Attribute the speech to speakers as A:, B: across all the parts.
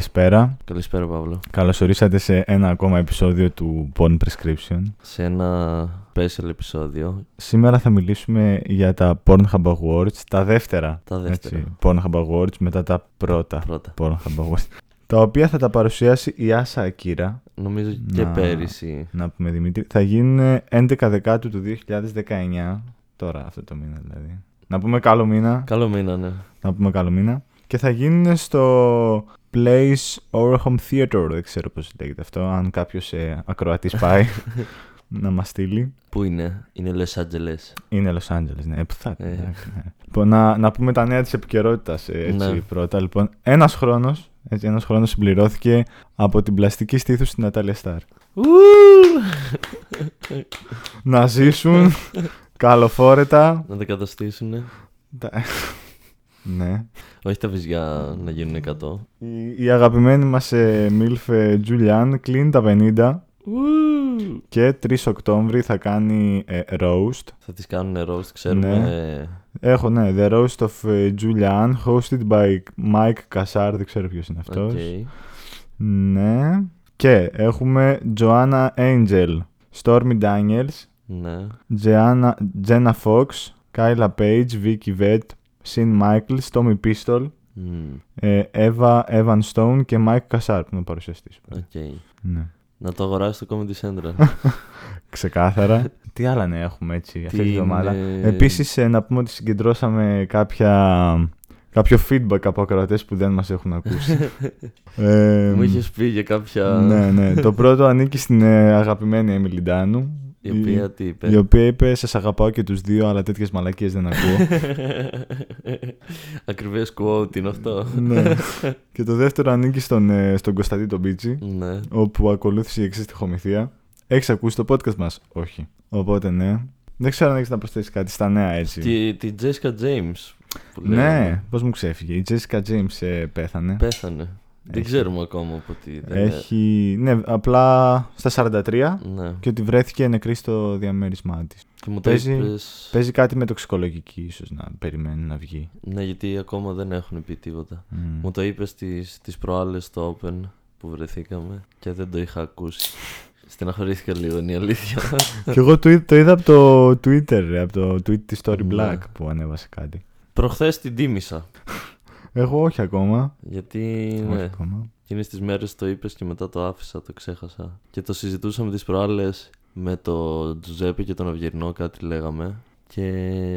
A: Καλησπέρα.
B: Καλησπέρα, Παύλο.
A: Καλώς ορίσατε σε ένα ακόμα επεισόδιο του Born Prescription.
B: Σε ένα special επεισόδιο.
A: Σήμερα θα μιλήσουμε για τα Pornhub Awards, τα δεύτερερα.
B: Τα δεύτερα.
A: έτσι, Pornhub Awards μετά τα πρώτα
B: Πρώτα.
A: Pornhub Awards. τα οποία θα τα παρουσιάσει η Άσα Ακύρα.
B: Νομίζω και
A: Να.
B: πέρυσι.
A: Να πούμε Δημήτρη. Θα γίνουν 11 Δεκάτου του 2019. Τώρα αυτό το μήνα δηλαδή. Να πούμε καλό μήνα.
B: Καλό μήνα, ναι.
A: να πούμε καλό μήνα. Και θα γίνουν στο Place Our Home Theater, δεν ξέρω πώς λέγεται αυτό, αν κάποιος ε, ακροατής πάει να μας στείλει.
B: Πού είναι, είναι Los Angeles.
A: Είναι Los Angeles, ναι, ε, που θα
B: Ε.
A: εντάξει, ναι. Λοιπόν, να, να πούμε τα νέα της επικαιρότητας έτσι
B: Ναι.
A: πρώτα. Λοιπόν, ένας χρόνος, έτσι, ένας χρόνος συμπληρώθηκε από την πλαστική στήθους στην Νατάλια Σταρ. να ζήσουν καλοφόρετα.
B: Να τα καταστήσουν.
A: Τα- ναι.
B: Όχι τα βυζιά να γίνουν 100.
A: Η, η αγαπημένη μας ε, Μίλφ ε, Τζουλιάν κλείνει τα 50 και 3 Οκτώβρη θα κάνει ε, roast.
B: Θα τις κάνουν roast, ξέρουμε.
A: Έχω, ναι, The Roast of ε, Julian, hosted by Mike Kassar, δεν ξέρω ποιος είναι αυτός.
B: Okay.
A: Ναι. Και έχουμε Joanna Angel, Stormy Daniels,
B: Ναι.
A: Jeanna, Jenna Fox, Kyla Page, Vicky Vett, Sin Michaels, Tommy Pistol,
B: Μμμ.
A: ε, Eva, Evan Stone και Mike Kassar που είναι ο παρουσιαστής.
B: Οκ.
A: Ναι.
B: Να το αγοράσει στο Comedy Central.
A: Ξεκάθαρα. Τι άλλα νέα έχουμε έτσι αυτή τη
B: Την,
A: βδομάδα.
B: ε,
A: Επίση, να πούμε ότι συγκεντρώσαμε κάποια, κάποιο feedback από ακροατές που δεν μας έχουν ακούσει. ε,
B: Μου είχες πει για κάποια.
A: Ναι, ναι. Το πρώτο ανήκει στην ε, αγαπημένη Έμιλι Ντάνου.
B: Η οποία τι είπε.
A: η οποία είπε: Σας αγαπάω και τους δύο, αλλά τέτοιες μαλακίες δεν ακούω.
B: Ακριβές quote είναι αυτό.
A: ναι. Και το δεύτερο ανήκει στον, ε, στον Κωνσταντή τον Μπίτσι,
B: ναι.
A: όπου ακολούθησε η εξής τυχομηθεία. Έχεις ακούσει το podcast μας, Όχι. Οπότε ναι. Δεν ξέρω αν έχεις να προσθέσεις κάτι στα νέα έτσι.
B: Και τη Jessica James. Που λέγαμε.
A: Ναι, πώς μου ξέφυγε. Η Jessica James ε, πέθανε.
B: Πέθανε. Δεν
A: Έχει.
B: ξέρουμε ακόμα από τι. δεν-
A: Έχει. Ναι, απλά στα 43
B: Ναι.
A: και ότι βρέθηκε νεκρή στο διαμέρισμά της.
B: Και μου το
A: παίζει-
B: είπες-
A: Παίζει κάτι με τοξικολογική, ίσως να περιμένει να βγει.
B: Ναι, γιατί ακόμα δεν έχουν πει τίποτα.
A: Μμ.
B: Mm. Μου το είπες τις, τις προάλλες στο Open που βρεθήκαμε και δεν το είχα ακούσει. Στεναχωρήθηκα λίγο, είναι η αλήθεια.
A: και εγώ το, είδα- το είδα από το Twitter, ρε, από το tweet της Story
B: Ναι.
A: Black που ανέβασε κάτι.
B: Προχθές την τίμησα.
A: Εγώ όχι ακόμα.
B: Γιατί
A: Όχι
B: ναι,
A: ακόμα.
B: εκείνες τις μέρες το είπες και μετά το άφησα, το ξέχασα. Και το συζητούσαμε τις προάλλες με τον Τζουζέπε και τον Αυγερνό, κάτι λέγαμε. Και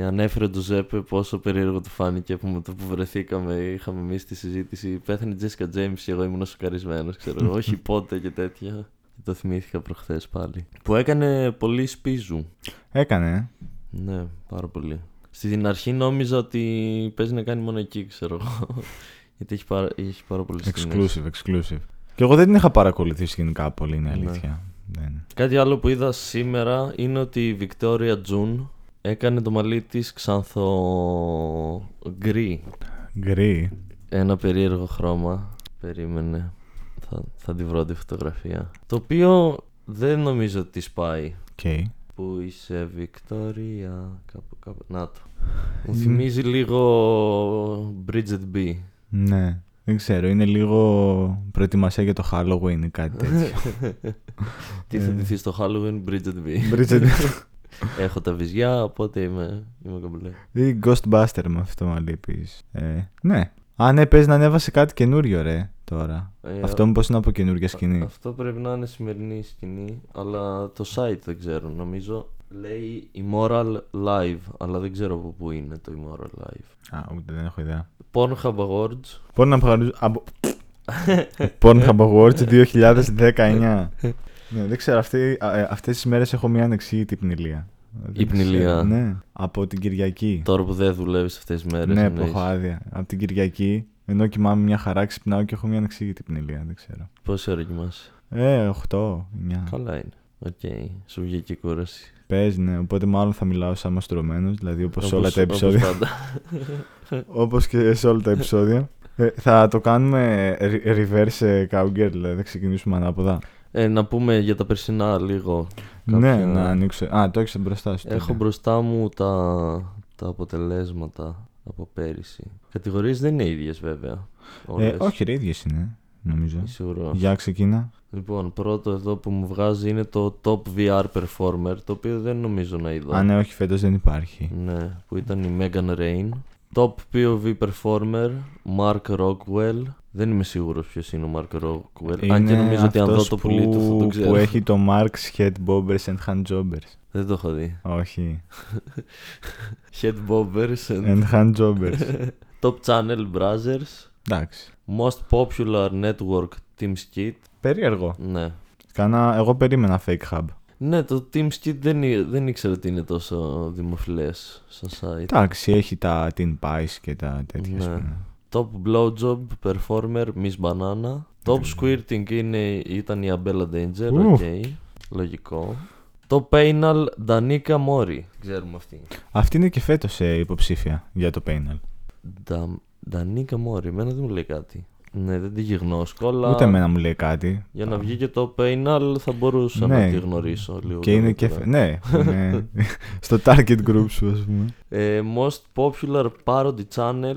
B: ανέφερε ο Τζουζέπε πόσο περίεργο του φάνηκε που με το που βρεθήκαμε, είχαμε εμείς τη συζήτηση. Πέθανε η Τζέσικα Τζέιμ και εγώ ήμουν σοκαρισμένος, ξέρω εγώ. Όχι πότε και τέτοια. Και το θυμήθηκα προχθές πάλι. Που έκανε πολύ σπίζου.
A: Έκανε. ε.
B: Ναι, πάρα πολύ. Στην αρχή νόμιζα ότι παίζει να κάνει μόνο εκεί, ξέρω εγώ. Γιατί έχει πάρα, έχει πάρα πολλές
A: Exclusive, exclusive. Και εγώ δεν την είχα παρακολουθήσει γενικά πολύ, είναι
B: Ναι.
A: αλήθεια. Δεν.
B: Κάτι άλλο που είδα σήμερα είναι ότι η Βικτόρια Τζουν έκανε το μαλλί της ξανθο γκρι.
A: Γκρι.
B: Ένα περίεργο χρώμα. Περίμενε. Θα, θα τη βρω τη φωτογραφία. Το οποίο δεν νομίζω ότι της πάει.
A: Okay.
B: Πού είσαι Βικτόρια. Κάπου, κάπου. Να το. Μου θυμίζει λίγο Bridget B.
A: Ναι. Δεν ξέρω, είναι λίγο προετοιμασία για το Halloween ή κάτι τέτοιο.
B: Τι θα ντυθεί στο Halloween Bridget B.
A: Bridget.
B: Έχω τα βυζιά, οπότε είμαι, είμαι κομπλέ.
A: ή Ghostbuster με αυτό το μαλλί επίσης. Ε, ναι. Α, ναι, παίζει να ανέβασε κάτι καινούριο, ρε, τώρα.
B: Ε,
A: αυτό μου είναι από καινούργια σκηνή.
B: Αυτό πρέπει να είναι σημερινή σκηνή, αλλά το site δεν ξέρω. Νομίζω λέει Immoral Live, αλλά δεν ξέρω από πού είναι το Immoral Live.
A: Α, ούτε δεν έχω ιδέα.
B: Pornhub Awards.
A: Pornhub Awards- από- Pornhub Awards 2019. ναι, δεν ξέρω, αυτή, α, ε, αυτές τις μέρες έχω μια ανεξήγητη πνηλία. Δεν
B: Υπνηλία.
A: ξέρω, Ναι, από την Κυριακή.
B: Τώρα που δεν δουλεύεις αυτές τις μέρες.
A: Ναι, που έχω άδεια. Από την Κυριακή, ενώ κοιμάμαι μια χαρά, ξυπνάω και έχω μια ανεξήγητη πνηλία. Δεν ξέρω.
B: Πόση ώρα κοιμάσαι.
A: Ε, 8, 9.
B: Καλά είναι. Οκ, σου βγήκε η κούραση.
A: Παίζει, ναι. Οπότε μάλλον θα μιλάω σαν μαστρωμένος, δηλαδή όπως σε όλα τα
B: όπως
A: επεισόδια.
B: πάντα.
A: Όπως και σε όλα τα επεισόδια. Ε, θα το κάνουμε re- reverse ε, cowgirl, δηλαδή θα ξεκινήσουμε ανάποδα.
B: Ε, να πούμε για τα περσινά λίγο.
A: Ναι,
B: Κάποια-
A: να ανοίξω. Α, το ναι. έχεις μπροστά σου.
B: Έχω
A: τέλεια.
B: μπροστά μου τα, τα αποτελέσματα από πέρυσι. Κατηγορίες δεν είναι ίδιες βέβαια.
A: Ε,
B: όλες.
A: όχι, ρε, ίδιες είναι. νομίζω.
B: Σίγουρο.
A: Ναι. Για ξεκίνα.
B: Λοιπόν, πρώτο εδώ που μου βγάζει είναι το Top VR Performer, το οποίο δεν νομίζω να είδα.
A: Α, ναι, όχι, φέτος δεν υπάρχει.
B: Ναι, που ήταν η Megan Rain. Top POV Performer, Mark Rockwell. Δεν είμαι σίγουρος ποιος είναι ο Mark Rockwell. Αν και νομίζω ότι αν δω
A: αυτός
B: το πουλί του θα το
A: που,
B: ξέρω.
A: που έχει το Marks Head Bobbers and Hand Jobbers.
B: Δεν το έχω δει.
A: Όχι.
B: Head Bobbers and
A: And Hand Jobbers.
B: Top Channel Brazzers.
A: Εντάξει.
B: Most Popular Network Team Skit.
A: Περίεργο.
B: Ναι.
A: Κάνα, εγώ περίμενα fake hub.
B: Ναι, το Team Skit δεν, ή- δεν ήξερα ότι είναι τόσο δημοφιλές στο site.
A: Εντάξει, έχει τα Teen Pies και τα τέτοια. ας
B: Ναι.
A: πούμε.
B: Top Blowjob Performer Miss Banana. Top Squirting είναι, ήταν η Abella Danger.
A: Ου.
B: Οκ. Λογικό. Top Painal Danica Mori. Ξέρουμε αυτή.
A: Αυτή είναι και φέτος υποψήφια για το Painel.
B: Da, Danica Mori. Εμένα δεν μου λέει κάτι. Ναι, δεν τη γιγνώσκω, αλλά
A: Ούτε εμένα μου λέει κάτι.
B: για να βγει και το Painal θα μπορούσα να
A: Ναι.
B: τη γνωρίσω λίγο.
A: Και είναι και.
B: καλύτερα.
A: φε- Ναι, είναι στο target group σου, ας πούμε.
B: Ε, most Popular Parody Channel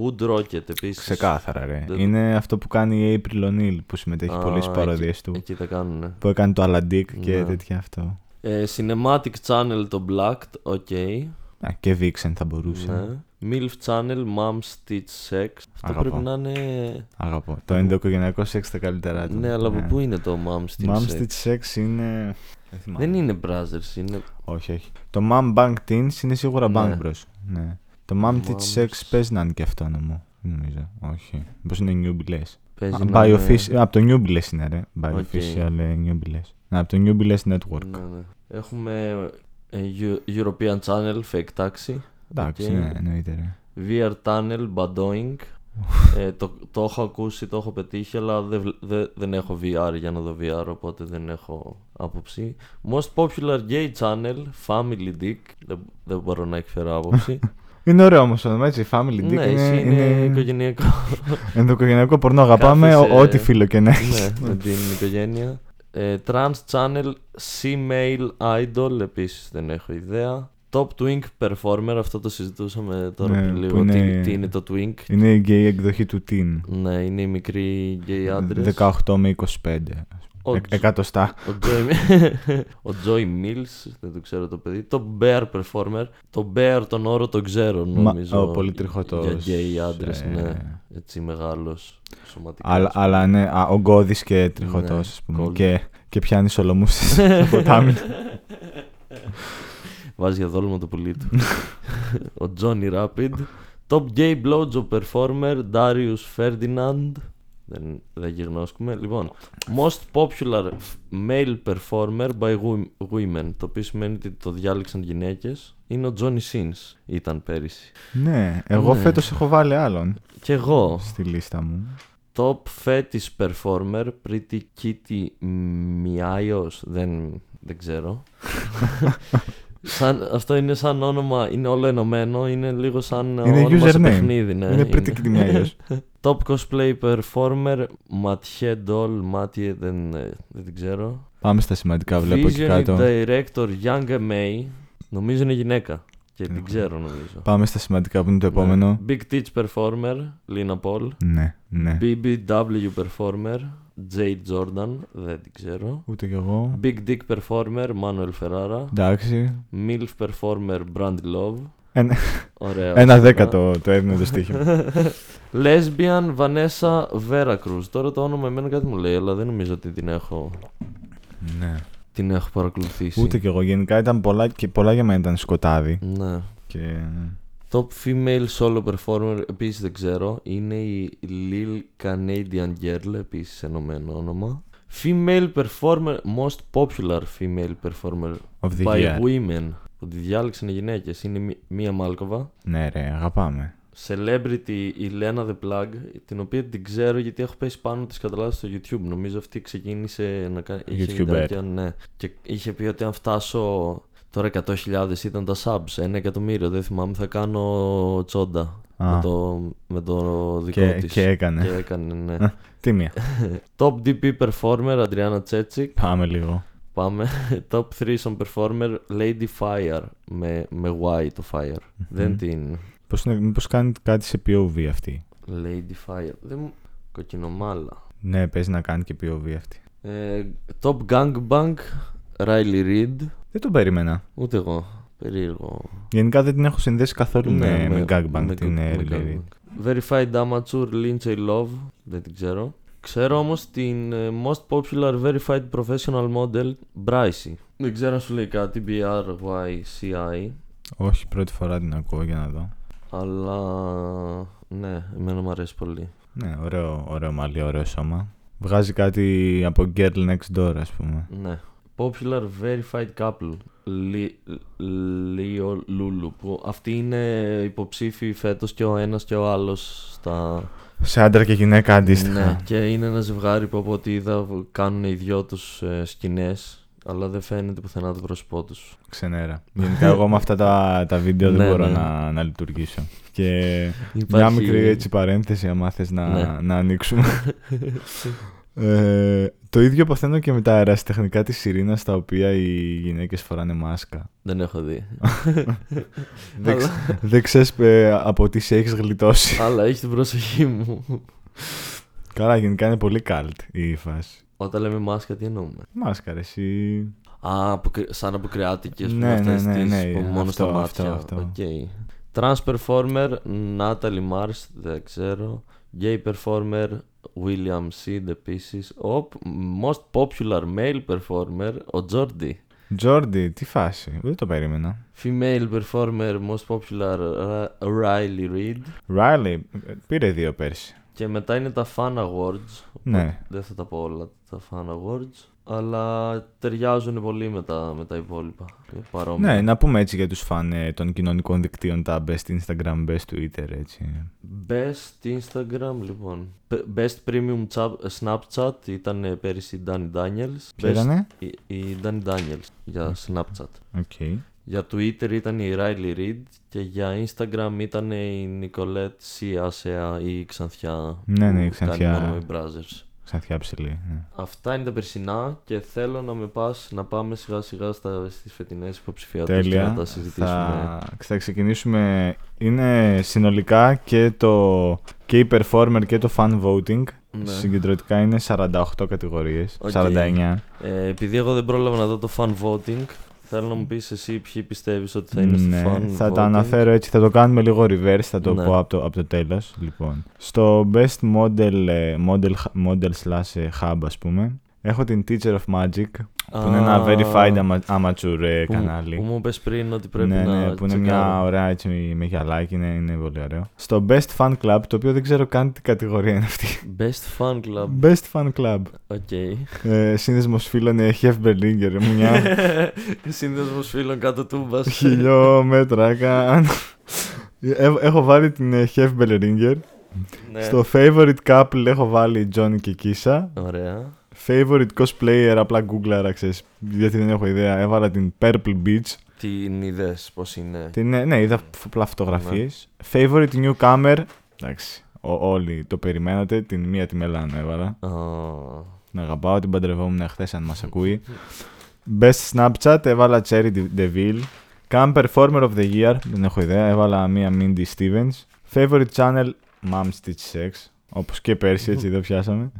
B: Wood Rocket επίσης.
A: Ξεκάθαρα, ρε.
B: Δεν-
A: Είναι αυτό που κάνει η April O'Neil που συμμετέχει
B: Α,
A: πολλές
B: εκεί-
A: παροδίες του.
B: Εκεί τα κάνουνε.
A: Που έκανε το Aladdin και
B: Ναι.
A: τέτοια αυτό.
B: Ε, cinematic Channel το Blacked, οκ.
A: Α, και Vixen θα μπορούσε.
B: Ναι. MILF Channel, Mom Stitch Sex. Αυτό
A: Αγαπώ.
B: πρέπει να είναι.
A: Αγαπώ. Το ενδοκογενειακό σεξ τα καλύτερά του.
B: Ναι, αλλά από πού είναι το Mom Stitch
A: Mom
B: Sex.
A: Stitch Sex είναι. Δεν θυμάμαι.
B: Δεν είναι Brothers, είναι.
A: Όχι, όχι. Το Mom Bank Teens είναι σίγουρα
B: Ναι.
A: Bank Bros. Ναι. Το Mom
B: Mom-
A: Teach Sex παίζει να είναι και αυτό νομίζω. Νομίζω. Όχι. Πώ είναι Newbies.
B: Παίζει να είναι-
A: Biofis... Από το Newbies είναι ρε. Biofficial ε, Newbies. Ναι, από το Newbies Network.
B: Ναι, ναι. Έχουμε ε, Eu- European Channel, Fake Taxi.
A: Εντάξει,
B: Οκ.
A: ναι, εννοείται ρε.
B: VR Tunnel, Badoing. ε, το, το έχω ακούσει, το έχω πετύχει, αλλά δεν, βλε- δεν- δεν έχω VR για να δω VR, οπότε δεν έχω άποψη. Most Popular Gay Channel, Family Dick. Δεν, δεν μπορώ να εκφέρω άποψη.
A: Είναι ωραίο όμως το όνομα, έτσι. Family Dick
B: ναι,
A: είναι,
B: εσύ είναι
A: είναι...
B: οικογενειακό.
A: ενδοκογενειακό πορνό. Αγαπάμε
B: Κάθεσαι-
A: ό- ό,τι φίλο και να έχει.
B: ναι, με την οικογένεια. Ε, trans Channel, C-Mail Idol, επίσης δεν έχω ιδέα. Top Twink Performer, αυτό το συζητούσαμε τώρα
A: Ναι,
B: πριν
A: που
B: λίγο. Τι-
A: είναι-
B: Τι, είναι το Twink.
A: Είναι η γκέι εκδοχή του Teen.
B: Ναι, είναι οι μικροί γκέι άντρες.
A: 18 με 25.
B: Ο,
A: Ε- Εκατοστά.
B: ο, Joy... ο Joy Mills, δεν το ξέρω το παιδί. Το Bear Performer. Το Bear τον όρο τον ξέρω
A: Μα-
B: νομίζω.
A: ο πολύ τριχωτός,
B: Για γκέι άντρες,
A: ε,
B: ναι. Έτσι μεγάλος σωματικά.
A: Αλλά, αλλά ναι, α, ογκώδης και τριχωτός
B: Ναι,
A: ας πούμε
B: κόλλο.
A: και, και πιάνει σολομούς στο ποτάμι.
B: Βάζει για δόλμα το πουλί του. ο Johnny Rapid. Top gay blowjob performer Darius Ferdinand. Δεν, δεν γυρνώσκουμε. Λοιπόν, most popular male performer by wo- women. Το οποίο σημαίνει ότι το διάλεξαν γυναίκες. Είναι ο Johnny Sins. Ήταν πέρυσι.
A: ναι, εγώ
B: Ναι.
A: φέτος έχω βάλει άλλον
B: Κι εγώ.
A: στη λίστα μου.
B: Top fetish performer Pretty Kitty Miaios. Δεν, δεν ξέρω. σαν, αυτό είναι σαν όνομα, είναι όλο ενωμένο, είναι λίγο σαν
A: Είναι
B: όνομα σε
A: username.
B: παιχνίδι. Ναι,
A: είναι pretty και την αλλιώς.
B: Top cosplay performer Mathieu Doll, Mathieu, δεν, ε, δεν την ξέρω.
A: Πάμε στα σημαντικά βλέπω εκεί
B: Visionary
A: κάτω.
B: director Young May, νομίζω είναι γυναίκα και την
A: Έχω.
B: ξέρω νομίζω.
A: Πάμε στα σημαντικά που είναι το επόμενο.
B: Ναι. Big Teach performer, Lina Paul.
A: Ναι, ναι.
B: BBW Performer, Jade Jordan, δεν την ξέρω.
A: Ούτε κι εγώ.
B: Big Dick Performer, Manuel Ferrara.
A: Εντάξει.
B: MILF Performer, Brand Love.
A: Ένα-
B: Ωραία.
A: Ένα
B: αυτά.
A: δέκατο το έδινε το στοίχημα.
B: Lesbian Vanessa Veracruz. Τώρα το όνομα εμένα κάτι μου λέει, αλλά δεν νομίζω ότι την έχω,
A: ναι.
B: την έχω παρακολουθήσει.
A: Ούτε κι εγώ. Γενικά ήταν πολλά και πολλά για μένα ήταν σκοτάδι.
B: Ναι.
A: Και...
B: Top Female Solo Performer, επίσης δεν ξέρω. Είναι η Lil Canadian Girl, επίσης ενωμένο όνομα. Female Performer, Most Popular Female Performer
A: Of the
B: By
A: year.
B: women. Που τη διάλεξαν οι γυναίκες. Είναι μι- μία Μάλκοβα.
A: Ναι ρε, αγαπάμε.
B: Celebrity η Λένα The Plug, την οποία την ξέρω γιατί έχω πέσει πάνω της καταλάβει στο YouTube. Νομίζω αυτή ξεκίνησε να κάνει. είχε
A: YouTuber.
B: βιντεάκια, ναι. Και είχε πει ότι αν φτάσω. Τώρα 100.000 ήταν τα subs, ένα εκατομμύριο. Δεν θυμάμαι, θα κάνω τσόντα.
A: Α.
B: Με το, με το δικό
A: Και,
B: της.
A: και έκανε.
B: Και έκανε, ναι.
A: Τίμια.
B: Top DP performer, Αντριάννα Τσέτσικ.
A: Πάμε λίγο.
B: Πάμε. Top 3 some performer Lady Fire. Με, με Y το Fire. Δεν την.
A: Πώς, είναι, μήπως κάνει κάτι σε POV αυτή.
B: Lady Fire. Δεν μου. Κοκκινομάλα.
A: Ναι, παίζει να κάνει και POV αυτή.
B: Ε, Top Gang Bang, Riley Reid.
A: Δεν τον περίμενα.
B: Ούτε εγώ. Περίεργο.
A: Γενικά δεν την έχω συνδέσει καθόλου Ναι, με, με, Gangbang
B: Ναι, με
A: την ε, δηλαδή.
B: γκ- με
A: Early Read.
B: gangbang. Verified Amateur, Lindsay Love. Δεν την ξέρω. Ξέρω όμως την ε, Most Popular Verified Professional Model, Bryce. Δεν ξέρω αν σου λέει κάτι, B-R-Y-C-I.
A: Όχι, πρώτη φορά την ακούω για να δω.
B: Αλλά ναι, εμένα μου αρέσει πολύ.
A: Ναι, ωραίο, ωραίο μαλλί, ωραίο σώμα. Βγάζει κάτι από Girl Next Door, ας πούμε.
B: Ναι. Popular Verified Couple. Λι- Λίο Λούλου. Που αυτοί είναι υποψήφοι φέτος και ο ένας και ο άλλος στα...
A: Σε άντρα και γυναίκα αντίστοιχα.
B: Ναι, και είναι ένα ζευγάρι που από ό,τι είδα κάνουν οι δυο τους ε, σκηνές αλλά δεν φαίνεται πουθενά το πρόσωπό τους.
A: Ξενέρα. Γενικά εγώ με αυτά τα, τα βίντεο δεν
B: Ναι,
A: μπορώ
B: ναι.
A: Να, να λειτουργήσω. Και μια
B: Υπάρχει-
A: μικρή έτσι παρένθεση, άμα θες να,
B: Ναι.
A: να ανοίξουμε. ε, το ίδιο παθαίνω και με τα αεραστεχνικά της Σιρήνας, τα οποία οι γυναίκες φοράνε μάσκα.
B: Δεν έχω δει.
A: Δεν, ξε- δεν ξέρεις ε, από τι σε έχεις γλιτώσει.
B: αλλά έχει την προσοχή μου.
A: Καλά, γενικά είναι πολύ cult η φάση.
B: Όταν λέμε μάσκα, τι εννοούμε.
A: Μάσκα, ρε, εσύ.
B: Α, αποκρι... σαν αποκριάτικες
A: Ναι,
B: ναι, αυτές
A: ναι, ναι,
B: τις
A: ναι,
B: που μόνο
A: αυτό,
B: στα
A: αυτό,
B: μάτια.
A: αυτό.
B: Οκ. Trans performer, Natalie Mars, δεν ξέρω. Gay performer, William Seed επίσης. Ο most popular male performer, ο Jordi.
A: Τζόρντι, τι φάση. Δεν το περίμενα.
B: Female performer, most popular, Ra- Riley Reid.
A: Ράιλι, πήρε δύο πέρσι.
B: Και μετά είναι τα Fan Awards.
A: Ναι.
B: Δεν θα τα πω όλα τα Fan Awards. Αλλά ταιριάζουν πολύ με τα, με τα υπόλοιπα. ε, Παρόμοια.
A: Ναι, να πούμε έτσι για τους φαν ε, των κοινωνικών δικτύων, τα best Instagram, best Twitter, έτσι.
B: Best Instagram, λοιπόν. P- Best Premium Cha- Snapchat ήταν ε, πέρυσι η Danny Daniels.
A: Ποια
B: Best-
A: ήτανε?
B: Η, η Danny Daniels για Snapchat.
A: Οκ.
B: Για Twitter ήταν η Riley Reid και για Instagram ήταν η Nicolette Siasea ή η Ξανθιά.
A: Ναι, ναι, η
B: που
A: Ξανθιά.
B: Κάνει μόνο με browsers.
A: Ξανθιά ψηλή. ναι.
B: Αυτά είναι τα περσινά και θέλω να με πας να πάμε σιγά σιγά στα, στις φετινές υποψηφιότητες και
A: Τέλεια.
B: να τα συζητήσουμε.
A: Θα, θα ξεκινήσουμε. Είναι συνολικά και, το, και η performer και το fan voting.
B: Ναι.
A: Συγκεντρωτικά είναι 48 κατηγορίες.
B: Οκ.
A: 49.
B: Ε, επειδή εγώ δεν πρόλαβα να δω το fan voting, θέλω να μου πεις εσύ ποιοι πιστεύεις ότι θα είναι
A: ναι,
B: στο fan
A: θα
B: voting.
A: τα αναφέρω έτσι, θα το κάνουμε λίγο reverse, θα το
B: Ναι.
A: πω από το, από το τέλος. Λοιπόν, στο best model, ε, model, model slash ε, hub ας πούμε, έχω την Teacher of Magic, που είναι ένα
B: Α,
A: verified ama- amateur ε,
B: που μου- Που
A: κανάλι.
B: μου είπες πριν ότι πρέπει
A: ναι,
B: να
A: ναι, που είναι μια
B: τσεκάρω.
A: ωραία έτσι με γυαλάκι, είναι, είναι πολύ ωραίο. Στο Best Fan Club, το οποίο δεν ξέρω καν τι κατηγορία είναι αυτή.
B: Best fan club,
A: Best Fan Club.
B: οκ.
A: Ε, σύνδεσμος φίλων ε, Χεφ Μπερλίνγκερ, μια
B: Σύνδεσμος φίλων κάτω τούμπας.
A: χιλιόμετρα καν. Ε, έχω βάλει την ε, Χεφ Μπερλίνγκερ.
B: ναι.
A: Στο favorite couple έχω βάλει Johnny και Kisa.
B: Ωραία.
A: Favorite cosplayer, απλά googlera, ξέρεις, γιατί δεν έχω ιδέα. Έβαλα την Purple Beach.
B: Την είδες πώς είναι.
A: Την, ε, ναι, είδα φ- απλά φωτογραφίες. Favorite newcomer, εντάξει, ό- όλοι το περιμένατε. Την μία τη Μελάνο έβαλα.
B: Α,
A: Την αγαπάω, την παντρευόμουν χθε αν μας ακούει. Best Snapchat, έβαλα Cherry De- DeVille. Cam Performer of the Year, δεν έχω ιδέα, έβαλα μία Mindy Stevens. Favorite Channel, Mom Stitch Sex, όπως και πέρσι, έτσι δεν πιάσαμε.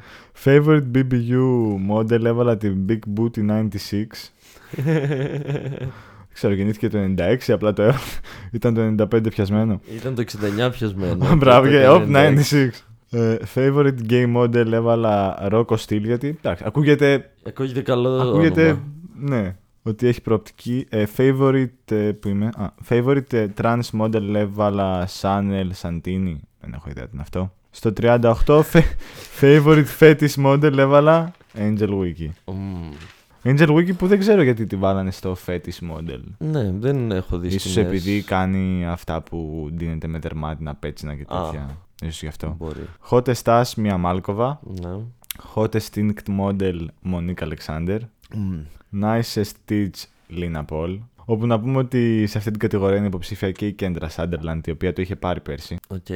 A: Favorite BBU Model, έβαλα την Big Booty 96. Ξέρω, γεννήθηκε το 96, απλά το έβαλα. Ήταν το 95 πιασμένο.
B: Ήταν το 69 πιασμένο.
A: Μπράβο, και ναι,
B: Το
A: Op
B: 96.
A: 96. Ε, favorite Gay Model, έβαλα Rocco Steel, γιατί, εντάξει, ακούγεται
B: Ακούγεται καλό
A: Ακούγεται,
B: όνομα.
A: ναι, ότι έχει προοπτική. Ε, favorite, ε, που είμαι, α, favorite ε, trans model έβαλα Chanel Santini. Δεν έχω ιδέα τι είναι αυτό. Στο 38, fe- favorite fetish model έβαλα Angel Wiki.
B: Μμμ.
A: Angel Wiki που δεν ξέρω γιατί τη βάλανε στο fetish model.
B: Ναι, δεν έχω δει
A: Ίσως
B: σκηνές.
A: επειδή κάνει αυτά που δίνεται με τερμάτινα πέτσινα και
B: Α.
A: τέτοια. Ίσως γι' αυτό.
B: Μπορεί.
A: Hottest Ass, Μία Μάλκοβα.
B: Ναι.
A: Hottest Instinct Model, Μονίκα Αλεξάνδερ. Nicest Stitch Lina Paul. Όπου να πούμε ότι σε αυτή την κατηγορία είναι υποψήφια και η Κέντρα Σάντερλαντ, η οποία το είχε πάρει πέρσι.
B: Οκ.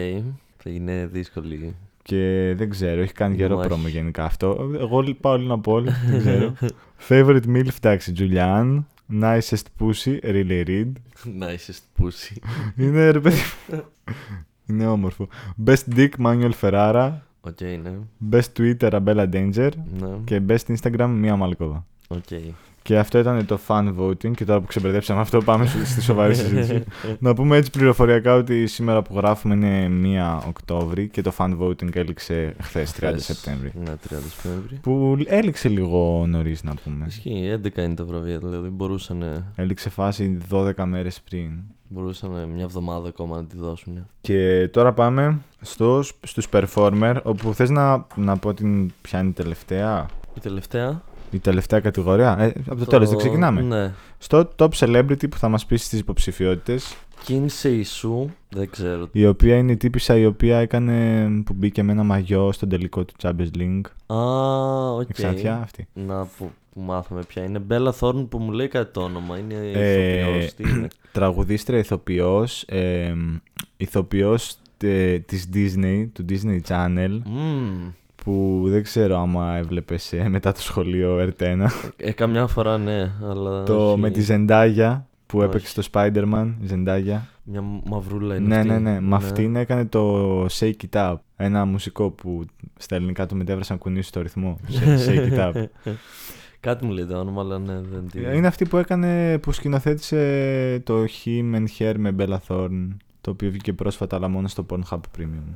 B: Θα είναι δύσκολη.
A: Και δεν ξέρω, έχει κάνει γερό
B: Μάχη.
A: πρόμο γενικά αυτό. Εγώ πάω Lina Paul, δεν ξέρω. Favorite Milf, εντάξει, Julian. Nicest Pussy, Riley Reid.
B: Να είσαι πούσι.
A: είναι ρε παιδί. μου, είναι όμορφο. Best Dick, Manuel Ferrara.
B: Οκ, ναι.
A: Best Twitter Αμπέλα Danger
B: Ναι.
A: και Best Instagram Μία Μαλκόβα.
B: Οκ.
A: Και αυτό ήταν το fan voting. Και τώρα που ξεμπερδέψαμε αυτό, πάμε στη στη σοβαρή συζήτηση. Να πούμε έτσι πληροφοριακά ότι σήμερα που γράφουμε είναι 1 Οκτώβρη και το fan voting έληξε χθες 30
B: Χθες.
A: Σεπτέμβρη.
B: Ναι, 30 Σεπτέμβρη.
A: Που έληξε λίγο νωρίς, να πούμε.
B: Ισχύει, 11 είναι τα βραβεία, δηλαδή μπορούσαν,
A: Έληξε φάση 12 μέρες πριν.
B: μπορούσαν μια εβδομάδα ακόμα να τη δώσουν.
A: Και τώρα πάμε στο, στους performer, όπου θες να, να πω την ποια είναι η τελευταία,
B: Η τελευταία.
A: η τελευταία κατηγορία. Ε, από το, τέλος δεν ξεκινάμε.
B: Ναι.
A: Στο top celebrity που θα μας πεις τις υποψηφιότητες,
B: Κίνησε η σου, δεν ξέρω.
A: η οποία είναι η τύπησα η οποία έκανε, που μπήκε με ένα μαγιό στον τελικό του Champions League.
B: Α, οκ.
A: Εξάντια αυτή.
B: Να που, που μάθαμε ποια είναι. Μπέλα Θόρν που μου λέει κάτι το όνομα. Είναι
A: Ε,
B: ηθοποιός, τι είναι.
A: Τραγουδίστρια, ηθοποιός, ε, ηθοποιός ε, της Disney, του Disney Channel,
B: Μμμ.
A: που δεν ξέρω άμα έβλεπες ε, μετά το σχολείο RT1.
B: Ε, καμιά φορά ναι, αλλά.
A: Το
B: όχι.
A: με τη Ζεντάγια που
B: Όχι.
A: έπαιξε στο Spider-Man, Ζεντάγια.
B: Μια μαυρούλα είναι.
A: Ναι,
B: αυτή.
A: ναι, ναι. Με αυτήν έκανε το Shake It Up. Ένα μουσικό που στα ελληνικά το μετέβρασαν κουνήσει το ρυθμό. Σε- Shake It Up.
B: Κάτι μου λέει το όνομα, αλλά ναι, δεν τη.
A: Ε, Είναι αυτή που έκανε, που σκηνοθέτησε το Him and Her με Bella Thorne. Το οποίο βγήκε πρόσφατα, αλλά μόνο στο Pornhub Premium.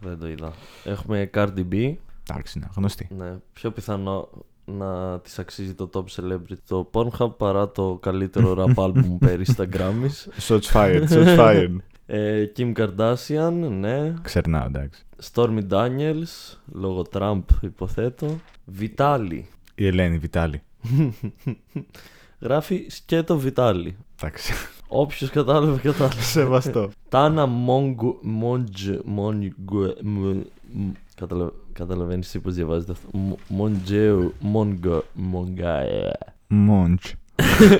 B: Δεν το είδα. Έχουμε Cardi B.
A: Εντάξει, να γνωστή.
B: Ναι, πιο πιθανό να της αξίζει το top celebrity το Pornhub παρά το καλύτερο rap album πέρυσι τα Grammys.
A: Shots fired, shots fired.
B: Ε, Kim Kardashian, ναι.
A: Ξερνάω, εντάξει.
B: Stormy Daniels, λόγω Trump υποθέτω. Βιτάλι.
A: Η Ελένη Βιτάλη.
B: Γράφει σκέτο Βιτάλι.
A: Εντάξει.
B: Όποιος κατάλαβε, κατάλαβε.
A: Σεβαστό.
B: Τάνα Μόγκου. Μόντζ. Μόγκου. μ- μ- καταλα- Καταλαβαίνεις εσύ πώς διαβάζεται αυτό. Μ- Μοντζέου. Μόγκο. Μόγκαε.
A: Μόντζ.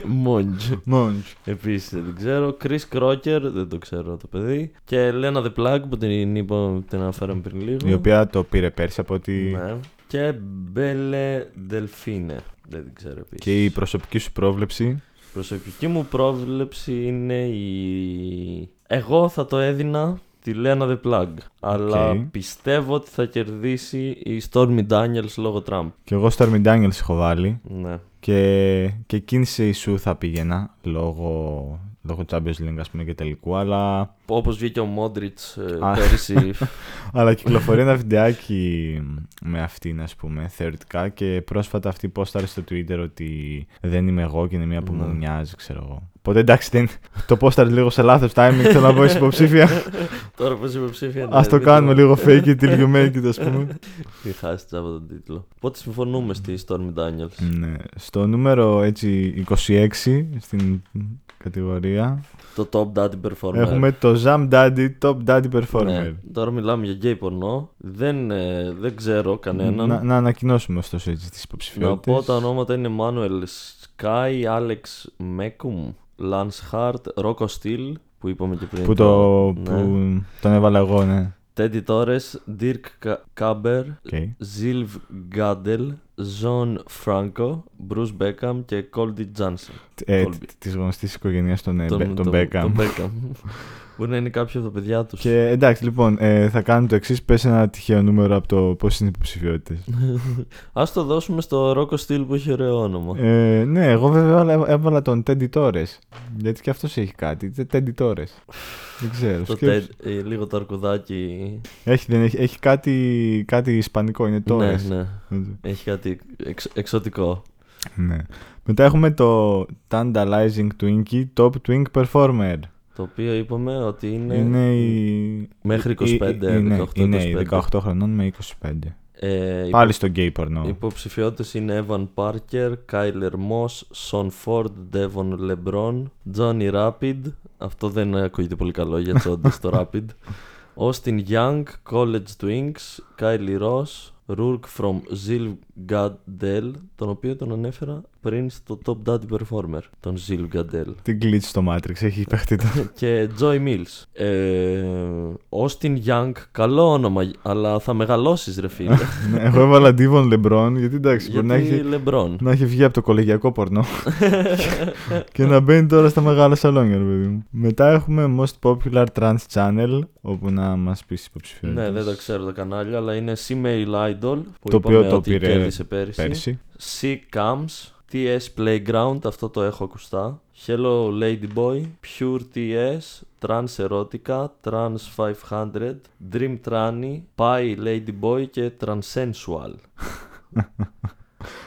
B: Μόντζ.
A: Μόντζ.
B: Επίσης δεν ξέρω. Chris Crocker, δεν το ξέρω το παιδί. Και Ελένα The Plug που την, είπα, την αναφέραμε πριν λίγο.
A: Η οποία το πήρε πέρσι από ότι.
B: Ναι. Και Μπέλε Δελφίνε. Δεν την ξέρω επίσης.
A: Και η προσωπική σου πρόβλεψη.
B: Προσωπική μου πρόβλεψη είναι η. Εγώ θα το έδινα τη Λένα The Plug. Αλλά πιστεύω ότι θα κερδίσει η Stormy Daniels λόγω Τραμπ.
A: Και εγώ Stormy Daniels έχω βάλει.
B: Ναι.
A: Και, και κίνηση σου θα πήγαινα λόγω, λόγω Champions League ας πούμε και τελικού. Αλλά,
B: Όπως βγήκε ο Μόντριτ
A: Α.
B: πέρυσι.
A: αλλά κυκλοφορεί ένα βιντεάκι με αυτήν ας πούμε θεωρητικά. Και πρόσφατα αυτή πόσταρε στο Twitter ότι δεν είμαι εγώ και είναι μία που μου
B: Ναι.
A: μοιάζει ξέρω εγώ. Οπότε εντάξει δεν, το πόσταρε λίγο σε λάθος timing θέλω να πω είσαι υποψήφια.
B: Τώρα πώ υποψήφια.
A: Ας το
B: Ναι, δεν
A: κάνουμε λίγο fake it till you make it ας πούμε.
B: Μη χάσετε από τον τίτλο. Οπότε συμφωνούμε στη Stormy Daniels.
A: Ναι. Στο νούμερο έτσι 26 στην κατηγορία
B: Το top daddy performer.
A: έχουμε το Jam Daddy Top Daddy Performer.
B: Ναι. Τώρα μιλάμε για gay πορνό. Δεν, ε, δεν ξέρω κανέναν.
A: Να,
B: Να,
A: να ανακοινώσουμε ωστόσο έτσι τις υποψηφιότητες.
B: πω τα ονόματα είναι Manuel Sky, Alex Mecum, Lance Hart, Rocco Steel που είπαμε και πριν.
A: Που, το,
B: ναι. Ε,
A: που τον έβαλα εγώ, ναι.
B: Teddy Torres, Dirk Ka- Kaber,
A: Okay.
B: Zilv Gadel, John Franco, Bruce Beckham και Colby Johnson.
A: Ε,
B: Colby.
A: Της γνωστής οικογένειας των, ε, Μπε- των Beckham.
B: Τον Beckham. Μπορεί να είναι κάποιο από τα παιδιά τους.
A: Και εντάξει, λοιπόν, ε, θα κάνουμε το εξής. Πες ένα τυχαίο νούμερο από το πώς είναι οι υποψηφιότητες.
B: Ας το δώσουμε στο Rocco Steel που έχει ωραίο όνομα.
A: ε, ναι, εγώ βέβαια έβαλα- έβαλα τον Teddy Torres. Γιατί και αυτός έχει κάτι. Τε- Teddy Torres. Δεν ξέρω.
B: το
A: σκέψου.
B: τε- ε, λίγο το αρκουδάκι.
A: Έχει, δεν έχει, έχει κάτι, κάτι ισπανικό, είναι το
B: Ναι,
A: S.
B: ναι. Έχει κάτι εξ- εξωτικό.
A: Ναι. Μετά έχουμε το Tantalizing Twinkie Top Twink Performer.
B: Το οποίο είπαμε ότι είναι,
A: είναι η...
B: Ναι. μέχρι 25,
A: η- η- ναι,
B: 18,
A: είναι η
B: 25.
A: 18 χρονών με 25.
B: Ε,
A: Πάλι στο gay porno.
B: Οι υποψηφιότητες είναι Evan Parker, Kyler Moss, Sean Ford, Devon LeBron, Johnny Rapid, αυτό δεν ακούγεται πολύ καλό για τσόντες το Rapid, Austin Young, College Twinks, Kylie Ross, Rourke from Zil Gadel, τον οποίο τον ανέφερα πριν στο Top Daddy Performer, τον Ζιλ Γκαντέλ.
A: Την glitch στο Matrix έχει παίχτη το.
B: και Joy Mills. Ε, Austin Young, καλό όνομα, αλλά θα μεγαλώσεις ρε φίλε.
A: Ναι, Εγώ έβαλα Divon LeBron γιατί εντάξει μπορεί να έχει,
B: γιατί LeBron.
A: να έχει βγει από το κολεγιακό πορνό και να μπαίνει τώρα στα μεγάλα σαλόνια, ρε παιδί μου. Μετά έχουμε Most Popular Trans Channel, όπου να μας πεις υποψηφιότητα.
B: ναι, δεν το ξέρω το κανάλι, αλλά είναι Female Idol που
A: Το οποίο
B: είπαμε
A: το
B: ότι
A: πήρε
B: κέρδισε πέρυσι.
A: Πέρσι.
B: Sea Camps, TS Playground, αυτό το έχω ακουστά. Hello Ladyboy, Pure TS, Trans Erotica, Trans 500, Dream Tranny, Pie Ladyboy και Transsensual.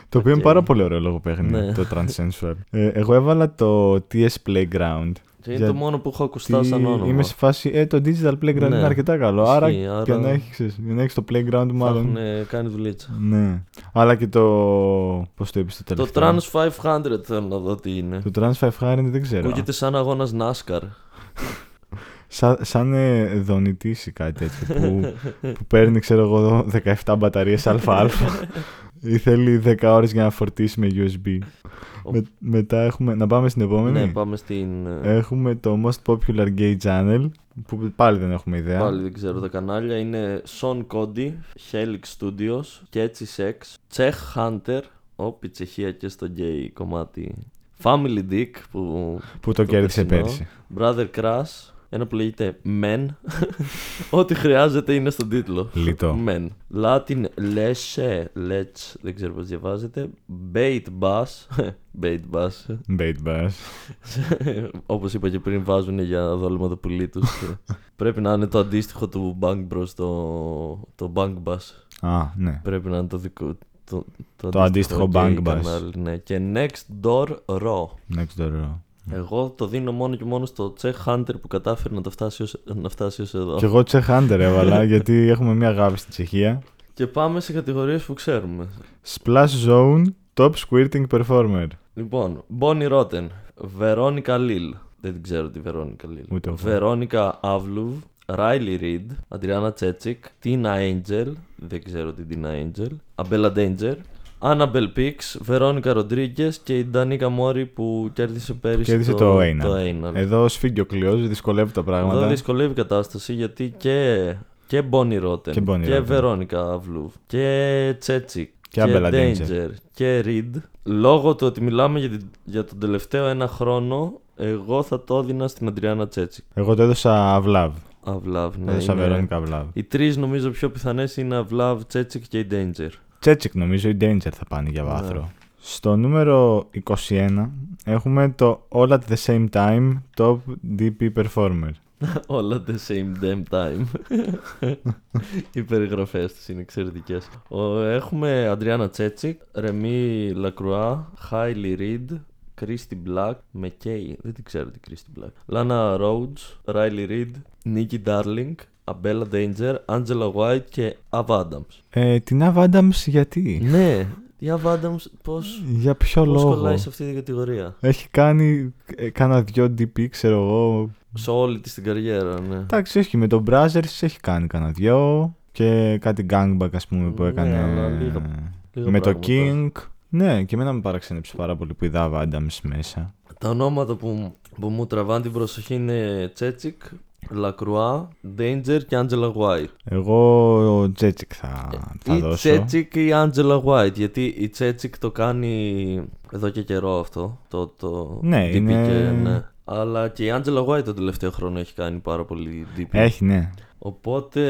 A: Το οποίο είναι
B: Οκ.
A: πάρα πολύ ωραίο λογοπαίγνιο,
B: Ναι.
A: το Transsensual. Ε, εγώ έβαλα το TS Playground.
B: Και είναι
A: Για
B: το μόνο που έχω ακουστά
A: Τι-
B: σαν όνομα.
A: Είμαι σε φάση. Ε, το digital playground
B: Ναι.
A: είναι αρκετά καλό.
B: Ισχύει,
A: Άρα,
B: άρα-
A: για να έχεις για να έχεις το playground,
B: Θα
A: μάλλον.
B: έχουν κάνει δουλίτσα.
A: Ναι. Αλλά και το. Πώς το είπες το
B: Το
A: τελευταίο.
B: Trans 500 θέλω να δω τι είναι.
A: Το Trans 500 δεν ξέρω.
B: Ακούγεται σαν αγώνας NASCAR.
A: Σαν, σαν ε, δονητής ή κάτι τέτοιο που, που παίρνει, ξέρω εγώ, 17 μπαταρίε ΑΑ ή θέλει 10 ώρες για να φορτίσει με USB.
B: Ο-
A: Με- μετά έχουμε. Να πάμε στην επόμενη.
B: Ναι, πάμε στην. ε,
A: Έχουμε το Most Popular Gay Channel που πάλι δεν έχουμε ιδέα.
B: Πάλι δεν ξέρω τα κανάλια. Είναι Son Cody, Helix Studios, Ketchy Sex, Czech Hunter. Όπι η Τσεχία και στο gay κομμάτι. Family Dick που.
A: Που το, κέρδισε
B: περσινό.
A: πέρσι.
B: Brother Crash. Ένα που λέγεται Men. Ό,τι χρειάζεται είναι στον τίτλο.
A: Λιτό.
B: Men. Latin Leche. Lech. Δεν ξέρω πώς διαβάζεται. Bait Bass. Bait Bass.
A: Bait bus.
B: Όπως είπα και πριν βάζουν για δόλμα το πουλί τους Ε, Πρέπει να είναι το αντίστοιχο του Bang Bros το, το Bang Bus
A: Α, ναι.
B: Πρέπει να είναι το δικό Το,
A: Το αντίστοιχο
B: gay
A: Bang Bus.
B: κανάλι, ναι. Και Next Door Raw
A: Next door. row.
B: Εγώ το δίνω μόνο και μόνο στο Czech Hunter που κατάφερε να, το φτάσει ως, να φτάσει ως εδώ
A: Κι εγώ Czech Hunter έβαλα γιατί έχουμε μια αγάπη στην Τσεχία.
B: Και πάμε σε κατηγορίες που ξέρουμε
A: Splash Zone Top Squirting Performer.
B: Λοιπόν, Bonnie Rotten, Βερόνικα Λίλ. Δεν την ξέρω τη Βερόνικα Λίλ.
A: Ούτε εγώ.
B: Βερόνικα Αύλουβ, Ράιλι Ριντ, Αντριάννα Τσέτσικ, Τίνα Angel. Δεν ξέρω την Τίνα Angel. Αμπέλα Danger. Annabelle Πίξ, Βερόνικα Ροντρίγκε και η Ντανίκα Μόρι που κέρδισε πέρυσι.
A: Κέρδισε
B: το,
A: το Anal.
B: το Anal.
A: Εδώ ο Σφίγγιο κλειό, δυσκολεύει τα
B: Εδώ
A: πράγματα.
B: δυσκολεύει η κατάσταση γιατί και, και Bonnie Rotten
A: Και Bonnie Rotten.
B: Βερόνικα Αυλούβ και Τσέτσικ
A: Και Abella
B: Danger και Reed. Λόγω του ότι μιλάμε για, την- για τον τελευταίο ένα χρόνο, εγώ θα το έδινα στην Αντριάννα Τσέτσικ.
A: Εγώ το έδωσα Αυλάβ.
B: Αυλάβ, ναι.
A: έδωσα
B: είναι-
A: Βερόνικα Αυλάβ.
B: Οι τρεις νομίζω πιο πιθανές είναι Αυλάβ, Τσέτσικ και η Danger.
A: Τσέτσικ νομίζω, ή Danger θα πάνε
B: Ναι.
A: για βάθρο. Στο νούμερο 21 έχουμε το All at the same time Top DP Performer.
B: Όλα the same damn time. Οι περιγραφές του είναι εξαιρετικές. Έχουμε Αντριάννα Τσέτσικ, Ρεμί Λακρουά, Χάιλι Ριντ, Κρίστι Μπλακ, Μεκέι, δεν την ξέρω την Κρίστι Μπλακ. Λάνα Ρόουτζ, Ράιλι Ριντ, Νίκη Ντάρλινγκ, Αμπέλα Ντέιντζερ, Άντζελα Βάιτ και Αβ Άνταμς.
A: Ε, την Αβ Adams γιατί,
B: Ναι, η Αβ Άνταμς πώς,
A: για ποιο
B: πώς
A: λόγο.
B: κολλάει σε αυτή την κατηγορία.
A: Έχει κάνει ε, κάνα δυο DP, ξέρω εγώ,
B: Σε όλη της την καριέρα, ναι.
A: Εντάξει, έχει με τον Brazzers έχει κάνει κανένα δυο και κάτι gangbang ας πούμε που
B: Ναι,
A: έκανε
B: αλλά λίγα- Λίγα
A: με το
B: πράγματα.
A: King. Ναι, και εμένα με παραξένεψε πάρα πολύ που είδα Adams μέσα.
B: Τα ονόματα που, που μου τραβάνε την προσοχή είναι Τσέτσικ, Λακρουά, Danger και Angela White.
A: Εγώ ο Τζέτσικ θα, θα
B: ή
A: δώσω.
B: Τσέτσικ ή Angela White, γιατί η Τσέτσικ το κάνει εδώ και καιρό αυτό. Το, το
A: Ναι,
B: DP
A: είναι-
B: και- ναι. Αλλά και η Angela White τον τελευταίο χρόνο έχει κάνει πάρα πολύ DP.
A: Έχει, ναι.
B: Οπότε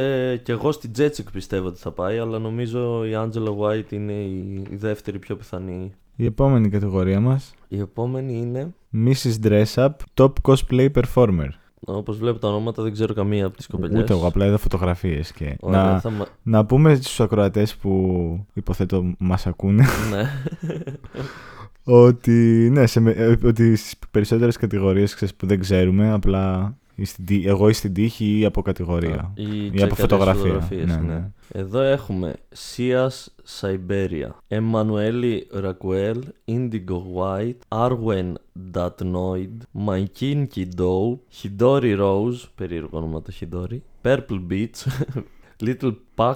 B: και εγώ στην Τσέτσικ πιστεύω ότι θα πάει, αλλά νομίζω η Angela White είναι η, η δεύτερη πιο πιθανή.
A: Η επόμενη κατηγορία μας.
B: Η επόμενη είναι,
A: Mrs. Dress Up, Top Cosplay Performer.
B: όπως βλέπω τα ονόματα, δεν ξέρω καμία από τις κοπελιές.
A: Ούτε εγώ, απλά είδα φωτογραφίες και...
B: Ωραία,
A: να,
B: θα, μα-
A: να πούμε στους ακροατές που υποθέτω μας ακούνε
B: ναι.
A: Ότι, ναι, σε, με- ε, ότι στις περισσότερες κατηγορίες που δεν ξέρουμε, απλά ή στην τύ- εγώ ή στην τύχη ή από κατηγορία.
B: Ή,
A: από
B: τσεκαρές
A: φωτογραφία.
B: φωτογραφίες,
A: Ναι,
B: ναι.
A: ναι.
B: Εδώ έχουμε Σίας Σαϊμπέρια, Εμμανουέλη Ρακουέλ, Indigo White, Άρουεν Ντατνόιντ, Μαϊκίν Κιντόου, Χιντόρι Ρόουζ, περίεργο όνομα το Χιντόρι, Purple Beach, Little Pack,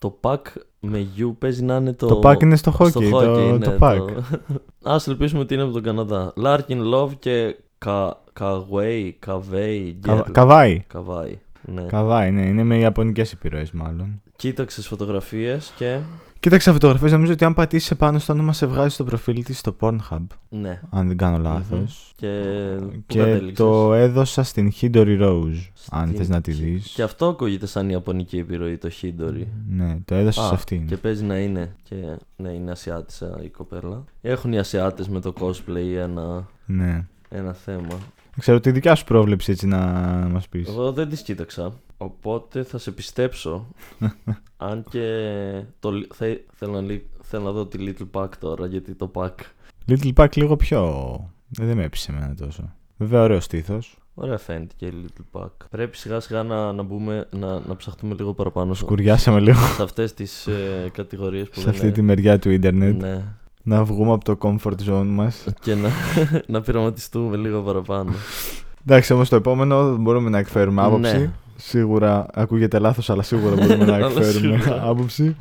B: το Pack Με γιου παίζει να είναι το.
A: Το pack είναι στο χόκι.
B: στο
A: Το,
B: hockey, ναι, είναι
A: το pack.
B: Ας ελπίσουμε ότι είναι από τον Καναδά. Λάρκιν Λόβ και Κα... Καβέι. Καβέι.
A: Κα-
B: Γκέρλ.
A: Καβάη.
B: Καβάη. Ναι.
A: Καβάη, ναι. Είναι με ιαπωνικές επιρροές, μάλλον.
B: Κοίταξες φωτογραφίες και.
A: Κοίταξα φωτογραφίες. Νομίζω ότι αν πατήσεις πάνω στο όνομα σε βγάζει στο προφίλ της στο Pornhub.
B: Ναι.
A: Αν δεν κάνω λάθος.
B: Και, πού
A: Και
B: κατέληξες?
A: το έδωσα στην Hidori Rose. Αν
B: Στην-
A: θες να τη δεις.
B: Και αυτό ακούγεται σαν ιαπωνική επιρροή, το Χίντορι.
A: Ναι, το έδωσα
B: Α,
A: σε αυτήν.
B: Και παίζει να είναι. Και ναι, είναι Ασιάτησα η κοπέλα. Έχουν οι Ασιάτες με το cosplay ένα,
A: Ναι.
B: ένα θέμα.
A: Ξέρω τη δικιά σου πρόβλεψη έτσι να μας πεις.
B: Εγώ δεν τις κοίταξα. Οπότε θα σε πιστέψω. αν και. Το, λι- θα, θέλω, να, λι- θέλω να δω τη Little Pack τώρα, γιατί το Pack.
A: Little Pack λίγο πιο. ε, Δεν με έπεισε εμένα τόσο. Βέβαια, ωραίος στήθος.
B: Ωραία φαίνεται και η Little Pack. Πρέπει σιγά σιγά να, να, μπούμε, να, να ψαχτούμε λίγο παραπάνω σε,
A: Σκουριάσαμε λίγο
B: σε αυτές τις ε, κατηγορίες που
A: σε
B: δεν
A: αυτή τη μεριά του ίντερνετ.
B: Ναι.
A: Να βγούμε από το comfort zone μας.
B: και να, να πειραματιστούμε λίγο παραπάνω.
A: Εντάξει, όμως το επόμενο μπορούμε να εκφέρουμε άποψη.
B: Ναι.
A: Σίγουρα ακούγεται λάθος, αλλά σίγουρα μπορούμε να
B: Αλλά
A: εκφέρουμε
B: σίγουρα.
A: άποψη.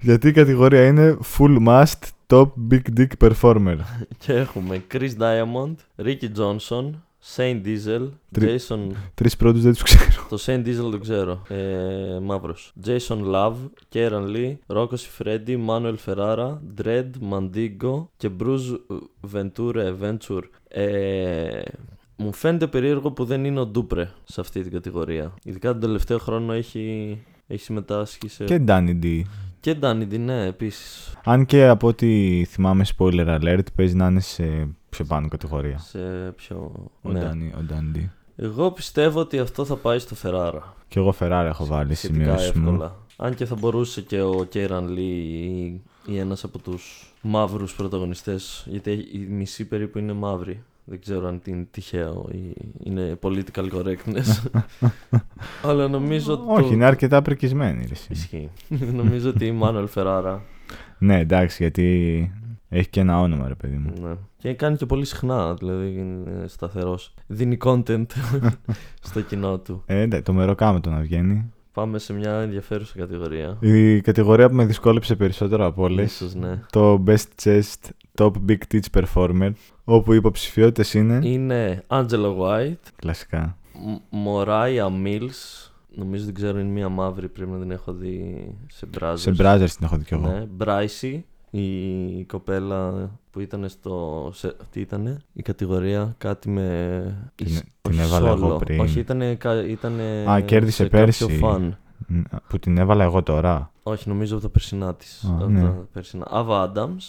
A: Γιατί η κατηγορία είναι Full Must Top Big Dick Performer.
B: Και έχουμε Chris Diamond, Ricky Johnson, Shane Diesel,
A: Τρι-
B: Jason.
A: Τρεις πρώτους δεν τους ξέρω.
B: Το Shane Diesel το ξέρω. Ε, Μαύρος. Jason Love, Kieran Lee, Rocco Freddy, Manuel Ferrara, Dredd, Mandigo και Bruce Ventura Venture. Ε, μου φαίνεται περίεργο που δεν είναι ο Ντούπρε σε αυτή την κατηγορία. Ειδικά τον τελευταίο χρόνο έχει, έχει συμμετάσχει σε.
A: Και Danny D.
B: και Ντάνιντι, ναι, επίσης.
A: Αν και από ό,τι θυμάμαι, spoiler alert, παίζει να είναι σε πιο πάνω κατηγορία.
B: Σε πιο.
A: Ναι. Ο
B: ναι.
A: Danny, ο Danny D.
B: Εγώ πιστεύω ότι αυτό θα πάει στο Φεράρα.
A: Και εγώ Ferrari έχω βάλει
B: Σχετικά
A: σημειώσεις μου.
B: εύκολα. Αν και θα μπορούσε και ο Κέιραν Λί ή, ή ένας από τους μαύρους πρωταγωνιστές, γιατί έχει- η μισή περίπου είναι μαύρη. Δεν ξέρω αν είναι τυχαίο ή είναι political correctness. Αλλά νομίζω ότι... το-
A: Όχι, ναι. είναι αρκετά πρικισμένη. ρε εσύ.
B: Ισχύει. νομίζω ότι η Μάνουελ Φεράρα.
A: Ναι, εντάξει, γιατί έχει και ένα όνομα, ρε παιδί μου.
B: Ναι. Και κάνει και πολύ συχνά, δηλαδή είναι σταθερός. Δίνει content στο κοινό του.
A: Ε, εντάξει, το μεροκάμε το να βγαίνει.
B: Πάμε σε μια ενδιαφέρουσα κατηγορία.
A: Η κατηγορία που με δυσκόλεψε περισσότερο από όλες.
B: Ίσως, ναι.
A: Το Best Chest Top Big Teach Performer. Όπου οι υποψηφιότητες είναι.
B: Είναι Angela White,
A: Κλασικά.
B: Μωράια Mills. Νομίζω δεν ξέρω, είναι μία μαύρη. Πρέπει να την έχω δει σε Brazers.
A: Σε Brazzers την έχω δει κι εγώ.
B: Ναι, Bryce, η κοπέλα που ήταν στο. Σε, τι ήτανε, η κατηγορία, κάτι με.
A: Την-
B: ίσ-
A: την
B: όχι
A: έβαλα εγώ
B: solo.
A: πριν.
B: Όχι, ήτανε, κα- ήτανε
A: Α, κέρδισε
B: σε κάποιο
A: πέρσι.
B: Φαν.
A: Μ, Που την έβαλα εγώ τώρα.
B: Όχι, νομίζω από τα περσινά της.
A: Α, ναι.
B: Ava Adams,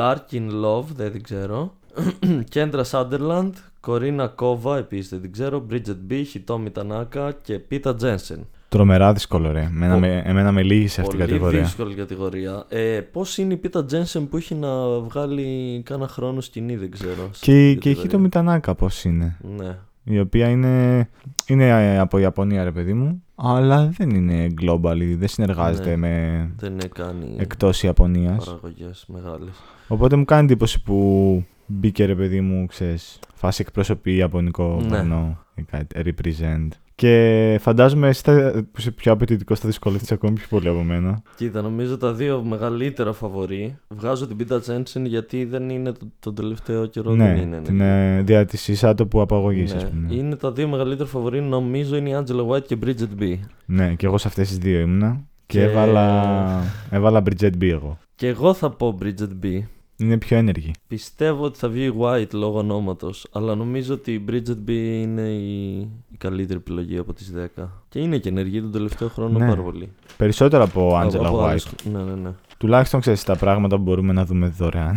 B: Larkin Love, δεν την ξέρω. Κέντρα Sunderland, Κορίνα Κόβα, επίσης δεν την ξέρω. Bridget B, Hitomi Tanaka και Pita Jensen.
A: Τρομερά δύσκολο, ρε. Εμένα,
B: Πο-
A: με, εμένα με λύγει σε αυτή
B: Πολύ
A: την κατηγορία.
B: δύσκολη κατηγορία. Ε, Πώς είναι η Πίτα Τζένσεν που έχει να βγάλει κάνα χρόνο σκηνή, δεν ξέρω.
A: Και, η-
B: στην
A: και η Χίτο
B: κατηγορία.
A: Μιτανάκα πώς είναι.
B: Ναι.
A: Η οποία είναι, είναι ε, από Ιαπωνία, ρε παιδί μου. Αλλά δεν είναι global, δεν συνεργάζεται
B: Ναι.
A: με
B: Δεν έχει κάνει
A: εκτός Ιαπωνίας.
B: παραγωγές μεγάλες.
A: Οπότε μου κάνει εντύπωση που μπήκε ρε παιδί μου, ξέρεις, φάση εκπροσωπεί ιαπωνικό
B: Ναι.
A: πανό, ή κάτι, represent. Και φαντάζομαι εσύ θα, που είσαι πιο απαιτητικός θα δυσκολευτείς ακόμη πιο πολύ από μένα.
B: Κοίτα, νομίζω τα δύο μεγαλύτερα φαβορή. Βγάζω την Πίτα Τζένσεν γιατί δεν είναι το- τον τελευταίο καιρό.
A: ναι,
B: δεν είναι.
A: την ε, δια της Ισάτο που απαγωγής,
B: Ναι.
A: ας πούμε.
B: Είναι τα δύο μεγαλύτερα φαβορή, νομίζω είναι η Angela White και Bridget B.
A: Ναι, και εγώ σε αυτές τις δύο ήμουνα. Και,
B: Και-
A: έβαλα, έβαλα Bridget B εγώ.
B: Και εγώ θα πω Bridget B.
A: Είναι πιο ένεργη.
B: Πιστεύω ότι θα βγει η White λόγω ονόματος, αλλά νομίζω ότι η Bridget B είναι η, η καλύτερη επιλογή από τις 10. Και είναι και ενεργή τον τελευταίο χρόνο
A: Ναι.
B: πάρα πολύ.
A: Περισσότερο από Angela
B: Από
A: White.
B: άλλες- Ναι, ναι, ναι.
A: Τουλάχιστον ξέρεις τα πράγματα που μπορούμε να δούμε δωρεάν.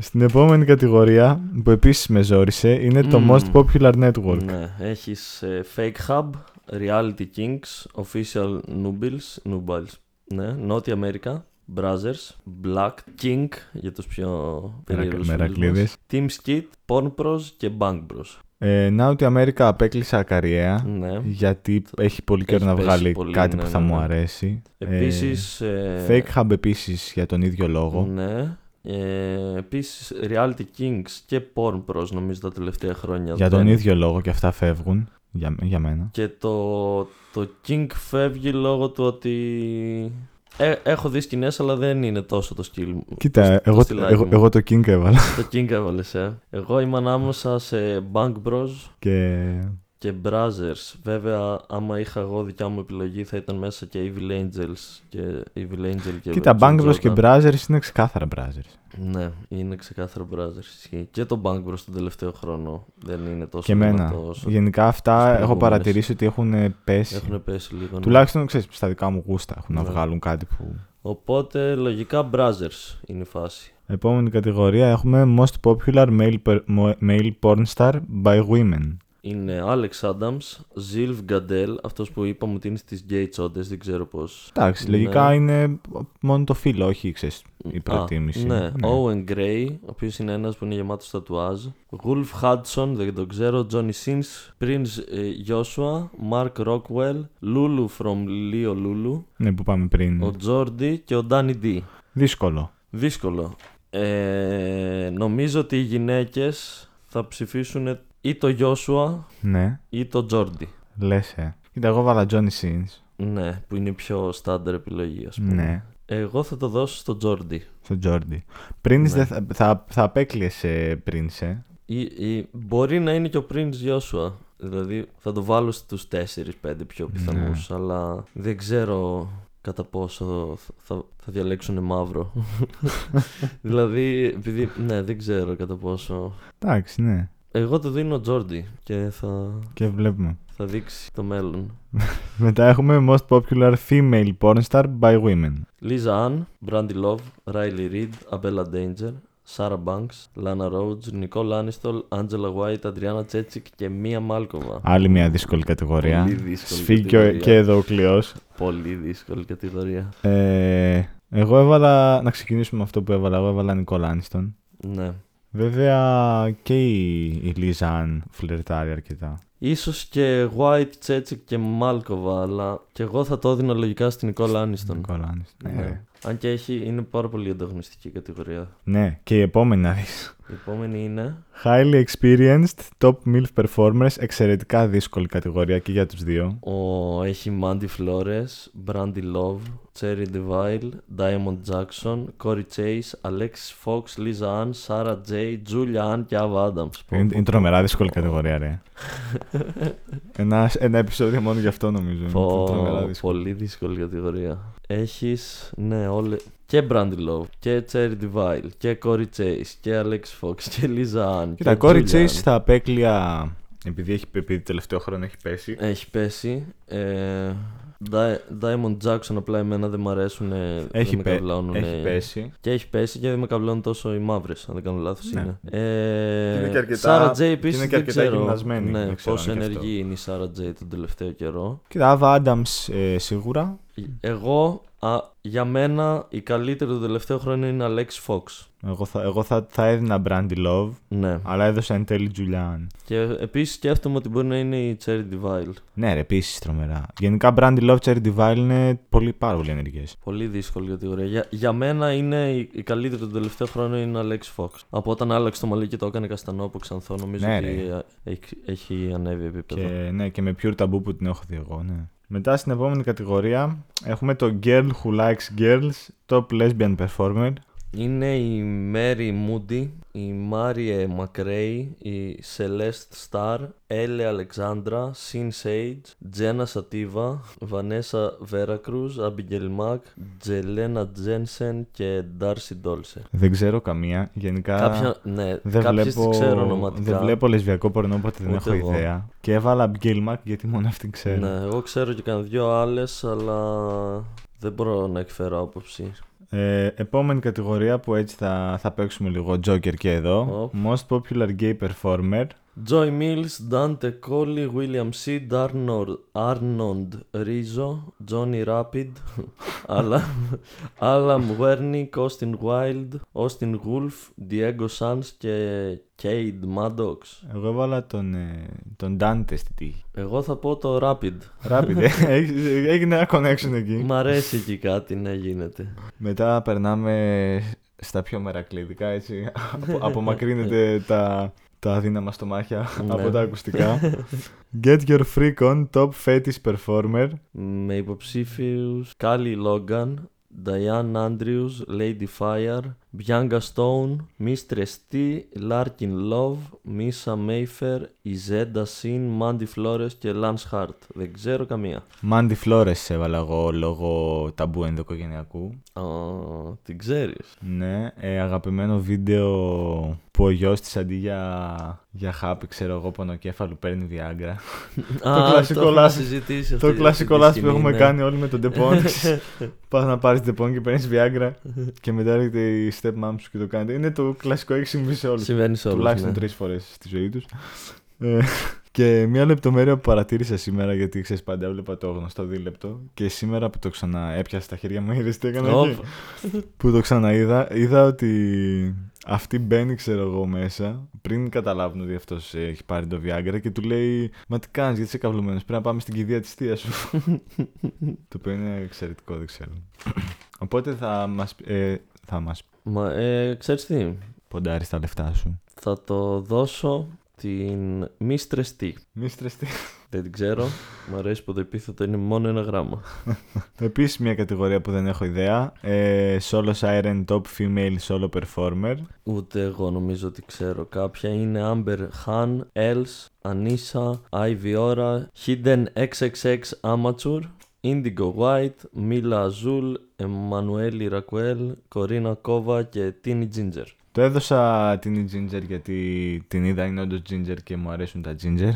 A: Στην επόμενη κατηγορία που επίσης με ζόρισε είναι το
B: Μμμ.
A: Most Popular Network.
B: ναι. Έχεις Fake Hub, Reality Kings, Official Nubiles, Nubiles. Ναι, Νότια Αμέρικα, Brazzers, Black King για τους πιο περίεργους φίλους
A: Μερακλείδες.
B: μας, Team Skit, Porn Bros και Bang Bros.
A: Ε, Νάουτι Αμέρικα απέκλεισα ακαριέα
B: Ναι.
A: γιατί έχει πολύ καιρό
B: Έχει
A: να
B: πέσει
A: βγάλει
B: πολύ,
A: κάτι
B: ναι,
A: που θα
B: ναι,
A: μου
B: ναι.
A: αρέσει. Ε,
B: Επίσης... ε,
A: Fake Hub επίσης για τον ίδιο λόγο.
B: Ναι. Ε, επίσης Reality Kings και Porn Bros νομίζω τα τελευταία χρόνια.
A: Για
B: δεν-
A: τον ίδιο λόγο και αυτά φεύγουν. Για, για μένα.
B: Και το, το King φεύγει λόγω του ότι. Ε, έχω δει σκηνές, αλλά δεν είναι τόσο το σκύλ μου.
A: Κοίτα,
B: το
A: εγώ,
B: στυλάκι
A: εγώ,
B: μου.
A: εγώ το King έβαλα.
B: το King έβαλες, ε. Εγώ είμαι ανάμεσα σε Bank Bros
A: Και
B: και Brothers. Βέβαια, άμα είχα εγώ δικιά μου επιλογή, θα ήταν μέσα και Evil Angels. Και Evil Angel και
A: Κοίτα,
B: Jim
A: Bang Bros και
B: Jordan.
A: Brazzers είναι ξεκάθαρα Brazzers.
B: Ναι, είναι ξεκάθαρο Brothers. ισχύει. Και το Bank Bros τον τελευταίο χρόνο δεν είναι τόσο
A: Και εμένα.
B: δυνατό όσο
A: Γενικά
B: στους
A: αυτά έχω
B: προηγούμενους.
A: παρατηρήσει ότι έχουν ε, πέσει.
B: Έχουν πέσει λίγο. ναι.
A: Τουλάχιστον ξέρεις στα δικά μου γούστα έχουν να
B: Ναι.
A: βγάλουν κάτι που.
B: Οπότε λογικά Brothers είναι η φάση.
A: Επόμενη κατηγορία έχουμε Most Popular Male, per- mo- male Porn Star by Women.
B: Είναι Alex Adams, Zilf Gadel, αυτός που είπαμε ότι είναι στις gay τσόντες, δεν ξέρω πώς.
A: Εντάξει,
B: Ναι.
A: λογικά είναι μόνο το φίλο, όχι ξέρεις, η
B: Α,
A: προτίμηση.
B: ναι. Owen Gray, ο οποίος είναι ένας που είναι γεμάτος τατουάζ. Wolf Hudson, δεν τον ξέρω. Johnny Sins, Prince ε, Joshua, Mark Rockwell, Lulu from Leo Lulu,
A: Ναι, που πάμε πριν.
B: ο Jordi και ο Danny D.
A: Δύσκολο.
B: Δύσκολο. Ε, νομίζω ότι οι γυναίκες θα ψηφίσουν ή το Joshua
A: Ναι,
B: ή το Jordi.
A: λες ε. Κοίτα, εγώ βάλα Johnny Sins.
B: Ναι, που είναι η πιο στάνταρ επιλογή, ας πούμε.
A: Ναι,
B: Εγώ θα το δώσω στο Τζόρντι.
A: στον Τζόρντι. Πριν
B: Ναι.
A: θα, θα, θα ε, απέκλειεσαι πριν σε.
B: Ή, ή- μπορεί να είναι και ο Prince Joshua. Δηλαδή θα το βάλω στους 4-5 πιο πιθανούς, αλλά δεν ξέρω κατά πόσο θα, θα διαλέξουν μαύρο. δηλαδή, επειδή, ναι, δεν ξέρω κατά πόσο.
A: Εντάξει, ναι.
B: Εγώ του δίνω Τζόρντι και θα,
A: Και βλέπουμε.
B: θα δείξει το μέλλον.
A: Μετά έχουμε Most Popular Female Porn Star by Women.
B: Λίζα Αν, Μπράντι Λόβ, Ράιλι Ριντ, Αμπέλα Ντέιντζερ, Σάρα Μπάνξ, Λάνα Ρόουτζ, Νικόλ Άνιστολ, Άντζελα Γουάιτ, Αντριάννα Τσέτσικ και Μία Μάλκοβα.
A: Άλλη μια δύσκολη κατηγορία.
B: Πολύ δύσκολη
A: Σφίγγιο
B: κατηγορία.
A: και εδώ ο κλειός.
B: Πολύ δύσκολη κατηγορία.
A: Ε, εγώ έβαλα. Να ξεκινήσουμε με αυτό που έβαλα. Εγώ έβαλα Νικόλ Άνιστον.
B: Ναι.
A: Βέβαια και η, η Λίζα αν φλερτάρει αρκετά.
B: Ίσως και White, Τσέτσικ και Μάλκοβα, αλλά και εγώ θα το έδινα λογικά στην Νικόλ Άνιστον.
A: Νικόλ Άνιστον. Ναι. ρε.
B: Αν και έχει, είναι πάρα πολύ ανταγωνιστική η κατηγορία.
A: ναι, και η επόμενη να δεις.
B: Η επόμενη είναι.
A: Highly experienced, top MILF performers, εξαιρετικά δύσκολη κατηγορία και για τους δύο.
B: Ο, έχει Mandy Flores, Brandy Love, Cherry DeVille, Diamond Jackson, Corey Chase, Alexis Fox, Lisa Ann, Sarah J, Julia Ann και Ava Adams. Πω,
A: Είναι,
B: πω,
A: είναι τρομερά δύσκολη κατηγορία, ρε. ένα, ένα επεισόδιο μόνο γι' αυτό νομίζω. Είναι
B: πω,
A: τρομερά δύσκολη.
B: πολύ δύσκολη κατηγορία. Έχεις, ναι, όλε... Και Brandy Love, και Cherry DeVille, και Corey Chase, και Alexis Fox, και Lisa Ann,
A: Κοίτα,
B: και
A: Corey
B: Julia
A: Chase
B: Ann.
A: θα απέκλεια. Επειδή, έχει, επειδή τελευταίο χρόνο έχει πέσει.
B: Έχει πέσει. Ε, Di- Diamond Jackson απλά εμένα δεν μ' αρέσουν.
A: έχει,
B: δεν
A: πε-
B: με καβλώνουν,
A: έχει
B: ε,
A: πέσει.
B: Και έχει πέσει και δεν με καβλώνουν τόσο οι μαύρες, αν δεν κάνω λάθος.
A: Ναι.
B: Είναι. Ε,
A: Και είναι και αρκετά-
B: Sarah J
A: και είναι
B: επίσης,
A: και
B: δεν
A: αρκετά
B: ξέρω,
A: γυμνασμένη,
B: Ναι,
A: δεν ξέρω
B: πόσο
A: αν και
B: ενεργή
A: αυτό.
B: είναι η Sarah J τον τελευταίο καιρό.
A: Κοίτα, Ava Adams ε, σίγουρα.
B: Εγώ, α, για μένα, η καλύτερη του τελευταίου χρόνου είναι Alex Fox.
A: Εγώ θα, εγώ θα, θα έδινα Brandy Love,
B: Ναι.
A: αλλά έδωσα εν τέλει Julian.
B: Και επίσης σκέφτομαι ότι μπορεί να είναι η Cherry Divile.
A: Ναι, ρε, επίσης τρομερά. Γενικά, Brandy Love, Cherry Divine είναι πολύ, πάρα πολύ ενεργές.
B: Πολύ δύσκολη κατηγορία. Για, για μένα είναι η, η καλύτερη του τελευταίου χρόνου είναι Alex Fox. Από όταν άλλαξε το μαλλί και το έκανε καστανό από ξανθό, νομίζω
A: Ναι,
B: ότι
A: ρε.
B: α, έχει, έχει ανέβει επίπεδο.
A: Και, ναι, και με pure taboo που την έχω δει εγώ, ναι. Μετά στην επόμενη κατηγορία έχουμε το Girl Who Likes Girls, Top Lesbian Performer.
B: Είναι η Mary Moody, η Μάριε Μακρέι, η Celeste Star, Έλε Αλεξάνδρα, Sin Sage, Τζένα Σατίβα, Βανέσα Βέρακρουζ, Αμπιγγελ Μακ, Τζελένα Τζένσεν και Ντάρσι Ντόλσε.
A: Δεν ξέρω καμία. Γενικά
B: Κάποια, ναι,
A: δεν,
B: κάποιες τις
A: βλέπω,
B: ξέρω ονοματικά.
A: δεν βλέπω λεσβιακό πορνό, οπότε δεν
B: Ούτε
A: έχω
B: εγώ.
A: ιδέα. Και έβαλα Abigail Mack γιατί μόνο αυτήν ξέρω.
B: Ναι, εγώ ξέρω και κανένα δυο άλλες, αλλά δεν μπορώ να εκφέρω άποψη.
A: Ε, επόμενη κατηγορία που έτσι θα, θα παίξουμε λίγο Joker και εδώ.
B: Οπ.
A: Most Popular Gay Performer.
B: Joy Mills, Dante Colley, William C. Darnold, Arnold Rizzo, Johnny Rapid, Alan, Alan Wernick, Austin Wild, Austin Wolf, Diego Sanz και Cade Maddox.
A: Εγώ έβαλα τον, ε, τον Dante στη τύχη.
B: Εγώ θα πω το Rapid.
A: Rapid, ε. Έχεις- έγινε ένα connection εκεί.
B: Μ' αρέσει εκεί κάτι να γίνεται.
A: Μετά περνάμε στα πιο μερακλήδικα, έτσι. Απο- απομακρύνεται τα, τα αδύναμα στομάχια
B: Ναι.
A: από τα ακουστικά. Get your freak on, top fetish performer.
B: Με υποψήφιους Κάλι Λόγκαν, Diane Andrews, Lady Fire, Bianca Stone, Mistress T, Larkin Love, Misa Mayfair, Izenda Sin, Mandy Flores και Lance Hart. Δεν ξέρω καμία.
A: Mandy Flores έβαλα εγώ λόγω ταμπού ενδοκογενειακού.
B: Α, την ξέρεις.
A: Ναι, ε, αγαπημένο βίντεο που ο γιος της αντί για, για χάπι, ξέρω εγώ, πονοκέφαλο παίρνει Viagra.
B: Α,
A: κλασικό
B: έχουμε
A: λάθος.
B: συζητήσει
A: Το
B: αυτή-
A: κλασικό
B: αυτή τη
A: λάθος που
B: σκηνή,
A: έχουμε
B: ναι.
A: κάνει όλοι με τον τεπών. Πας να πάρεις τεπών και παίρνεις Viagra και μετά έρχεται η stepmom σου και το κάνετε. Είναι το κλασικό έχει συμβεί σε όλους.
B: Συμβαίνει σε όλους,
A: Τουλάχιστον
B: ναι.
A: τρεις φορές στη ζωή τους. και μία λεπτομέρεια που παρατήρησα σήμερα, γιατί ξέρεις πάντα έβλεπα το γνωστό δίλεπτο. Και σήμερα που το ξανά έπιασα στα χέρια μου, είδες τι έκανα.
B: Οπ.
A: εκεί? Που το ξαναείδα, είδα ότι αυτή μπαίνει, ξέρω εγώ, μέσα πριν καταλάβουν ότι αυτός έχει πάρει το Viagra και του λέει Μα τι κάνεις, γιατί είσαι καυλωμένο. Πρέπει να πάμε στην κηδεία της θεία σου. το οποίο είναι εξαιρετικό, δεν ξέρω. Οπότε θα μας. Ε, θα μας
B: Μα, ε, ξέρεις τι,
A: ποντάρεις τα λεφτά σου.
B: θα το δώσω την Mistress T.
A: Μη στρεστεί.
B: Δεν την ξέρω. Μ' αρέσει που το επίθετο είναι μόνο ένα γράμμα.
A: Επίσης μια κατηγορία που δεν έχω ιδέα. Ε, solo Siren Top Female Solo Performer.
B: Ούτε εγώ νομίζω ότι ξέρω κάποια. Είναι Amber Han, Els, Anissa, Ivy Ora, Hidden XXX Amateur, Indigo White, Mila Azul, Εμμανουέλη Ρακουέλ, Κορίνα Κόβα και Tini Ginger.
A: Το έδωσα την Ginger γιατί την είδα, είναι όντως Ginger και μου αρέσουν τα Ginger.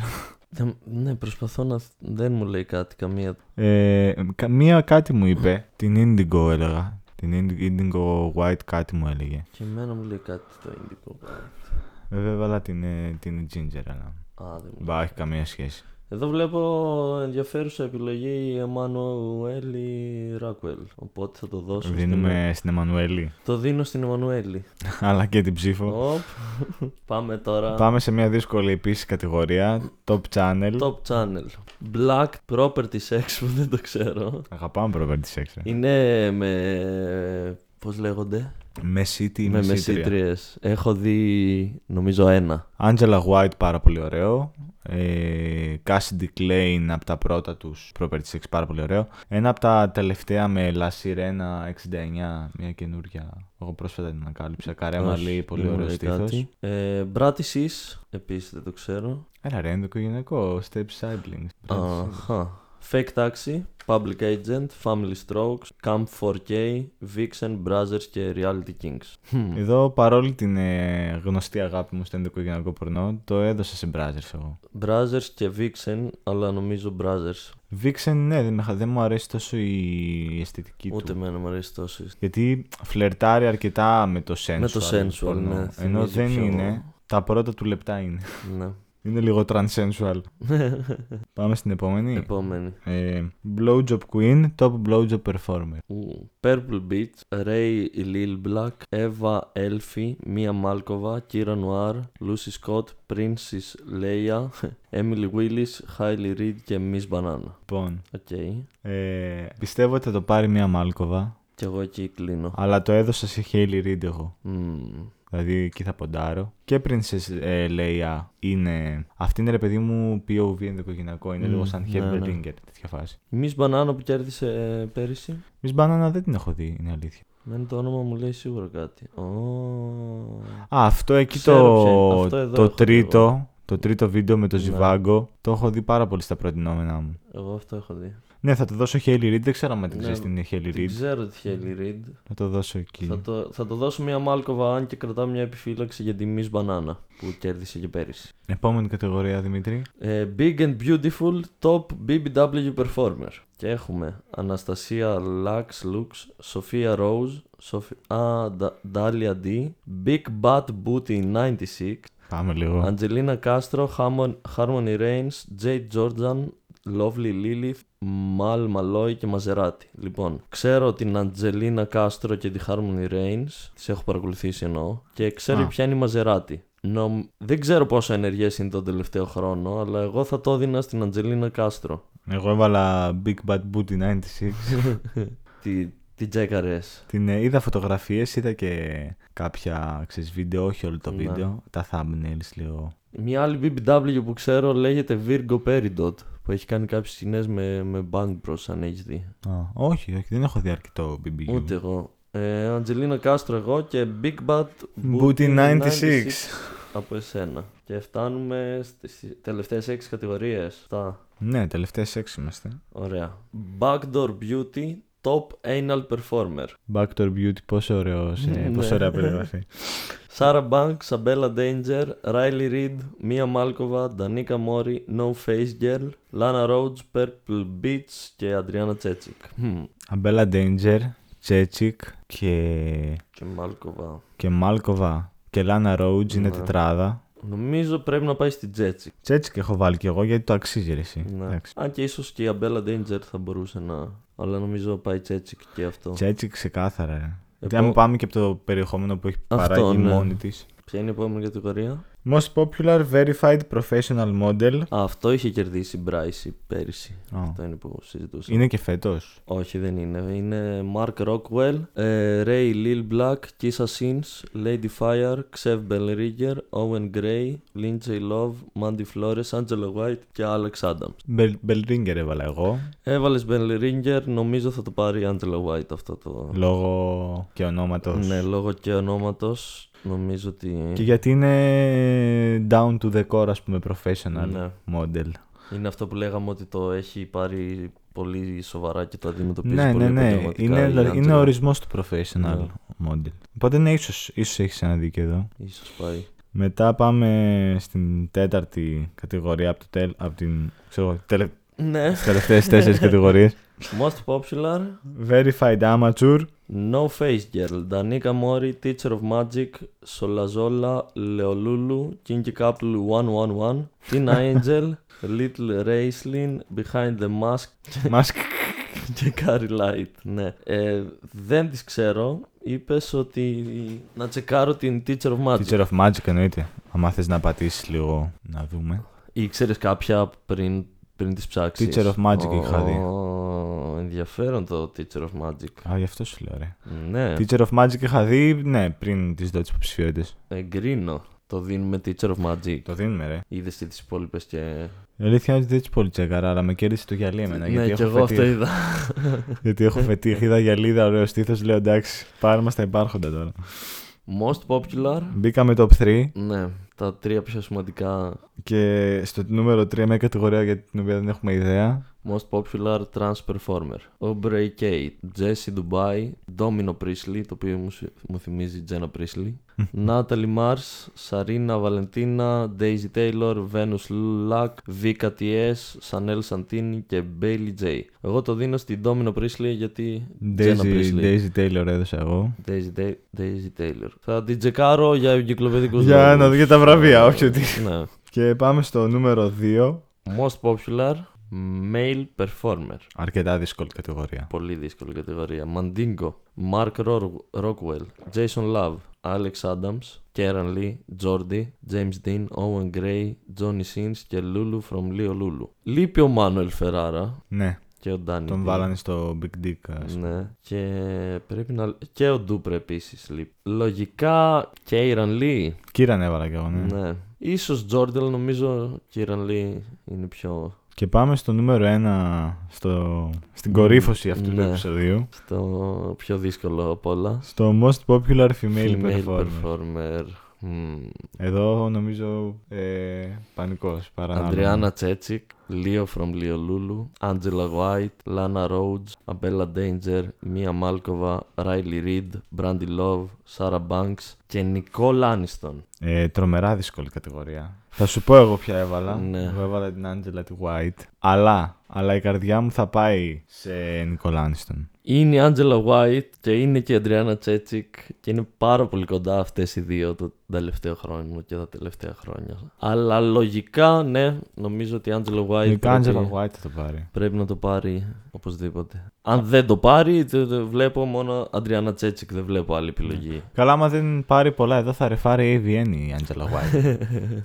B: Ε, ναι, προσπαθώ να... θ- Δεν μου λέει κάτι καμία.
A: Ε, κα- μία κάτι μου είπε, την Indigo έλεγα. Την Ind- Indigo White κάτι μου έλεγε.
B: Και εμένα μου λέει κάτι το Indigo White.
A: Βέβαια έβαλα την, ε, την Ginger, αλλά
B: Α, δεν μου
A: μπα, έχει καμία σχέση.
B: Εδώ βλέπω ενδιαφέρουσα επιλογή Εμμανουέλη Ράκουελ. Οπότε θα το δώσω.
A: Δίνουμε στην Εμμανουέλη,
B: Στην... Το δίνω στην Εμμανουέλη.
A: αλλά και την ψήφο.
B: Οπ. Πάμε τώρα.
A: Πάμε σε μια δύσκολη επίσης κατηγορία, Top Channel.
B: Top channel. Black Property Sex που δεν το ξέρω.
A: Αγαπάμε προβέρτη σεξ.
B: Είναι με. Πώς λέγονται.
A: Μεσίτη ή
B: με
A: μεσήτρια.
B: μεσήτριες. Έχω δει νομίζω ένα.
A: Άντζελα White πάρα πολύ ωραίο. Ε, Cassidy Klein από τα πρώτα τους Property Sex πάρα πολύ ωραίο. Ένα από τα τελευταία με La Sirena 69, μια καινούρια. Εγώ πρόσφατα την ανακάλυψα. Καρέ
B: Όχι,
A: Μαλή, πολύ
B: δεν μου
A: ωραίο
B: λέει
A: στήθος.
B: κάτι. Ε, Bratty Sis, επίσης δεν το ξέρω.
A: Ένα ρε, ενδοκογενειακό, Step Siblings.
B: Αχα. Fake Taxi, Public Agent, Family Strokes, Camp 4K, Vixen, Brothers και Reality Kings. Hm. Χμ.
A: Εδώ παρόλη την ε, γνωστή αγάπη μου στο ενδοκογενειακό πορνό, το έδωσα σε Brazzers εγώ.
B: Brothers και Vixen, αλλά νομίζω Brothers.
A: Vixen, ναι, δεν, με χα- δεν μου αρέσει τόσο η αισθητική του.
B: Ούτε εμένα μου αρέσει τόσο.
A: Γιατί φλερτάρει αρκετά με το sensual.
B: Με το sensual,
A: πορνό.
B: ναι,
A: Ενώ
B: θυμίζει
A: δεν
B: πιο-
A: είναι. Τα πρώτα του λεπτά είναι.
B: Ναι.
A: Είναι λίγο transensual. Πάμε στην επόμενη.
B: Επόμενη.
A: Ε, blowjob Queen, top blowjob performer.
B: Ου. Purple Beach, Ray Lil Black, Eva Elfie, Mia Malkova, Kira Noir, Lucy Scott, Princess Leia, Emily Willis, Hailey Reid και Miss Banana.
A: Λοιπόν,
B: Οκ.
A: ε, πιστεύω ότι θα το πάρει μια Μάλκοβα,
B: Και εγώ εκεί κλείνω. Hm.
A: αλλά το έδωσα σε Hailey Reid εγώ.
B: Μμμ.
A: Δηλαδή εκεί θα ποντάρω. Και Princess ε, Leia είναι. Αυτή είναι ρε παιδί μου POV ενδοκογενειακό. Είναι
B: Μμ,
A: λίγο σαν
B: ναι,
A: Herbert
B: ναι.
A: Ringer, τέτοια φάση.
B: Miss Banana που κέρδισε ε, πέρυσι.
A: Miss Banana δεν την έχω δει, είναι αλήθεια.
B: Μεν το όνομα μου λέει σίγουρα κάτι. Ω.
A: Α, αυτό εκεί
B: Ξέρω ποια
A: το,
B: είναι. Αυτό εδώ
A: το
B: έχω
A: τρίτο.
B: εγώ.
A: Το τρίτο βίντεο με το
B: Ναι.
A: Ζιβάγκο. Το έχω δει πάρα πολύ στα προτινόμενά μου.
B: Εγώ αυτό έχω δει.
A: Ναι, θα το δώσω Χέλι Reid. Δεν ξέρω αν την
B: Ναι,
A: ξέρεις την Χέλι
B: Δεν
A: Reid.
B: ξέρω τι θέλει Reid.
A: Θα το δώσω εκεί.
B: Θα το, θα το δώσω μια Μάλκοβα αν και κρατάω μια επιφύλαξη για τη Miss Banana που κέρδισε και πέρυσι.
A: Επόμενη κατηγορία, Δημήτρη.
B: Ε, big and Beautiful Top BBW Performer. Και έχουμε Αναστασία Lux Lux, Σοφία Rose, Σοφι... Α, Ντα- Dahlia D, Big Bat Booty 96,
A: Πάμε λίγο.
B: Αντζελίνα Κάστρο, Harmon- Harmony Reigns, Jade Jordan, Lovely Lilith, Mal Maloy και Μαζεράτη. Λοιπόν, ξέρω την Αντζελίνα Κάστρο και τη Harmony Reigns, τις έχω παρακολουθήσει εννοώ, και ξέρω
A: Α.
B: ποια είναι η Μαζεράτη. Νομ... Δεν ξέρω πόσο ενεργές είναι τον τελευταίο χρόνο, αλλά εγώ θα το έδινα στην Αντζελίνα Κάστρο.
A: Εγώ έβαλα Big Bad Booty 96.
B: Τη, Την τσέκαρε.
A: Την ε, είδα φωτογραφίες, είδα και κάποια, ξέρεις, βίντεο, όχι όλο το
B: Ναι.
A: βίντεο. Τα thumbnails λίγο.
B: Μια άλλη BBW που ξέρω λέγεται Virgo Peridot που έχει κάνει κάποιες σκηνές με, με Bang Bros. Αν έχει δει.
A: Α, όχι, όχι, δεν έχω δει αρκετό BBQ.
B: Ούτε εγώ. Ε, Αντζελίνα Κάστρο εγώ και Big Bad
A: Booty 96.
B: από εσένα. Και φτάνουμε στις τελευταίες 6 κατηγορίες. Τα
A: Ναι, τελευταίες έξι είμαστε.
B: ωραία. Backdoor Beauty Top Anal Performer.
A: Backdoor Beauty, πόσο ωραίος, ε,
B: Ναι.
A: πόσο ωραία περιγραφή.
B: Sarah Banks, Sabella Danger, Riley Reid, Mia Malkova, Danica Mori, No Face Girl, Lana Rhodes, Purple Beach και Adriana Hm, Τσέτσικ.
A: Αμπέλα Danger, Τσέτσικ και,
B: Και Malkova.
A: και Μάλκοβα και Λάνα Ρόουτζ είναι
B: Ναι.
A: τετράδα.
B: Νομίζω πρέπει να πάει στη Τσέτσικ.
A: Τσέτσικ έχω βάλει κι εγώ γιατί το αξίζει ρε εσύ.
B: Ναι.
A: Εντάξει.
B: Αν και ίσως και η Αμπέλα Danger θα μπορούσε να. Αλλά νομίζω πάει Τσέτσικ και αυτό.
A: Τσέτσικ ξεκάθαρα. ρε.
B: Επο-
A: Τι άμα πάμε και από το περιεχόμενο που έχει παράγει
B: ναι.
A: μόνη της.
B: Ποια είναι η επόμενη κατηγορία. Α,
A: Most popular verified professional model.
B: αυτό είχε κερδίσει η Bryce πέρυσι.
A: Α,
B: Αυτό είναι που συζητούσα.
A: Είναι και φέτος.
B: Όχι, δεν είναι. Είναι Mark Rockwell, ε, Ray Lil Black, Kissa Sins, Lady Fire, Xev Bellringer, Owen Gray, Lindsay Love, Mandy Flores, Angelo White και Alex Adams.
A: Μπελ- Μπελρίνγκερ έβαλα εγώ.
B: Έβαλες Bellringer, νομίζω θα το πάρει η Angelo White αυτό το.
A: Λόγω και ονόματος.
B: Ναι, λόγω και ονόματος. Νομίζω ότι.
A: Και γιατί είναι down to the core, ας πούμε, professional
B: Ναι.
A: model.
B: Είναι αυτό που λέγαμε ότι το έχει πάρει πολύ σοβαρά και το αντιμετωπίζει
A: Ναι,
B: πολύ
A: ναι, ναι.
B: επαγγελματικά
A: Είναι,
B: η
A: δηλαδή, είναι
B: Angelo.
A: ο ορισμός του professional model. Οπότε ναι, ίσως, ίσως έχεις ένα δίκιο εδώ.
B: Ίσως πάει.
A: Μετά πάμε στην τέταρτη κατηγορία από, το τελ, από την, ξέρω, εγώ, τελε,
B: Ναι.
A: τις τελευταίες τέσσερις κατηγορίες.
B: Most popular,
A: Verified amateur.
B: No Face Girl, Danica Mori, Teacher of Magic, Solazola, Leolulu, Kinky Couple 111, Teen Angel, Little Raislin, Behind the Mask
A: Mask.
B: και Carrie Light. Ναι. Ε, δεν τις ξέρω. Είπες ότι να τσεκάρω την Teacher of Magic.
A: Teacher of Magic εννοείται. Αν θες να πατήσεις λίγο να δούμε.
B: Ήξερες κάποια πριν, πριν τις ψάξεις.
A: Teacher of Magic είχα δει.
B: Ω, ενδιαφέρον το Teacher of Magic.
A: Α, γι' αυτό σου λέω ρε.
B: Ναι,
A: Teacher of Magic είχα δει, ναι, πριν τις δω τις υποψηφιότητες.
B: εγκρίνω. Το δίνουμε Teacher of Magic.
A: Το δίνουμε ρε.
B: Είδες και τις υπόλοιπες και.
A: Η αλήθεια είναι ότι δεν τις πολύ τσέκαρα, αλλά με κέρδισε το γυαλί εμένα.
B: ναι,
A: γιατί
B: και
A: έχω
B: εγώ
A: φετίχ.
B: αυτό είδα.
A: Γιατί έχω φετίχει, είδα γυαλίδα, ωραίο στήθος. Λέω εντάξει, πάρε μας τα υπάρχοντα τώρα.
B: Most popular.
A: Μπήκαμε top 3
B: Ναι, τα τρία πιο σημαντικά.
A: και στο νούμερο 3 μια κατηγορία για την οποία δεν έχουμε ιδέα.
B: Most popular trans performer. Aubrey Kate, Jessie Dubai, Domino Priestley, το οποίο μου, σι- μου θυμίζει Jenna Priestley, Natalie Mars, Sarina Valentina, Daisy Taylor, Venus Luck, Vika TS, Chanel Santini και Bailey J. Εγώ το δίνω στη Domino Priestley γιατί Jenna
A: Daisy,
B: Priestley.
A: Daisy Taylor έδωσα εγώ.
B: Daisy, Da- Daisy Taylor. Θα την τσεκάρω για εγκυκλοπαιδικούς
A: Για να δω
B: δει
A: και τα βραβεία, όχι ότι.
B: Ναι.
A: Και πάμε στο νούμερο 2.
B: Most popular male performer.
A: Αρκετά δύσκολη κατηγορία.
B: Πολύ δύσκολη κατηγορία. Μαντίνγκο, Mark Ro- Rockwell, Jason Love, Alex Adams, Karen Lee, Jordi, James Dean, Owen Gray, Johnny Sins και Lulu from Leo Lulu. Λείπει ο Μάνουελ Φεράρα
A: Ναι,
B: και ο Ντάνι.
A: τον
B: Dean.
A: βάλανε στο Big Dick. ας πούμε.
B: Ναι. Και πρέπει να. Και ο Ντούπρε επίσης λείπει. Λογικά Karen Lee.
A: Κύραν έβαλα κι εγώ, ναι.
B: Ναι. Ίσως Τζόρντι, αλλά νομίζω Κίραν Λί είναι πιο
A: Και πάμε στο νούμερο 1, στο... στην κορύφωση αυτού του
B: Ναι.
A: επεισοδίου.
B: στο πιο δύσκολο από όλα.
A: Στο most popular female, performer.
B: performer. Μμμ.
A: Εδώ νομίζω ε, πανικός παρά να λέμε.
B: Αντριάννα Τσέτσικ, Λίο from Λιολούλου, Άντζελα Γουάιτ, Λάνα Ρόουτζ, Αμπέλα Ντέιντζερ, Μία Μάλκοβα, Ράιλι Ριντ, Μπράντι Λόβ, Σάρα Μπάνξ και Νικόλ Άνιστον.
A: Ε, τρομερά δύσκολη κατηγορία. Θα σου πω εγώ ποια έβαλα.
B: Ναι.
A: Εγώ έβαλα την Άντζελα τη White. Αλλά, αλλά η καρδιά μου θα πάει σε Νικόλ Άνιστον.
B: Είναι η Άντζελα Γουάιτ και είναι και η Αντριάννα Τσέτσικ και είναι πάρα πολύ κοντά αυτές οι δύο το τελευταίο χρόνο και τα τελευταία χρόνια. Αλλά λογικά, ναι, νομίζω ότι η Άντζελα Γουάιτ
A: Η Άντζελα
B: πρέπει,
A: White θα το πάρει.
B: πρέπει να το πάρει οπωσδήποτε. Αν δεν το πάρει, το, το βλέπω μόνο Αντριάννα Τσέτσικ, δεν βλέπω άλλη επιλογή.
A: Καλά, άμα δεν πάρει πολλά, εδώ θα ρεφάρει AVN η Angela White.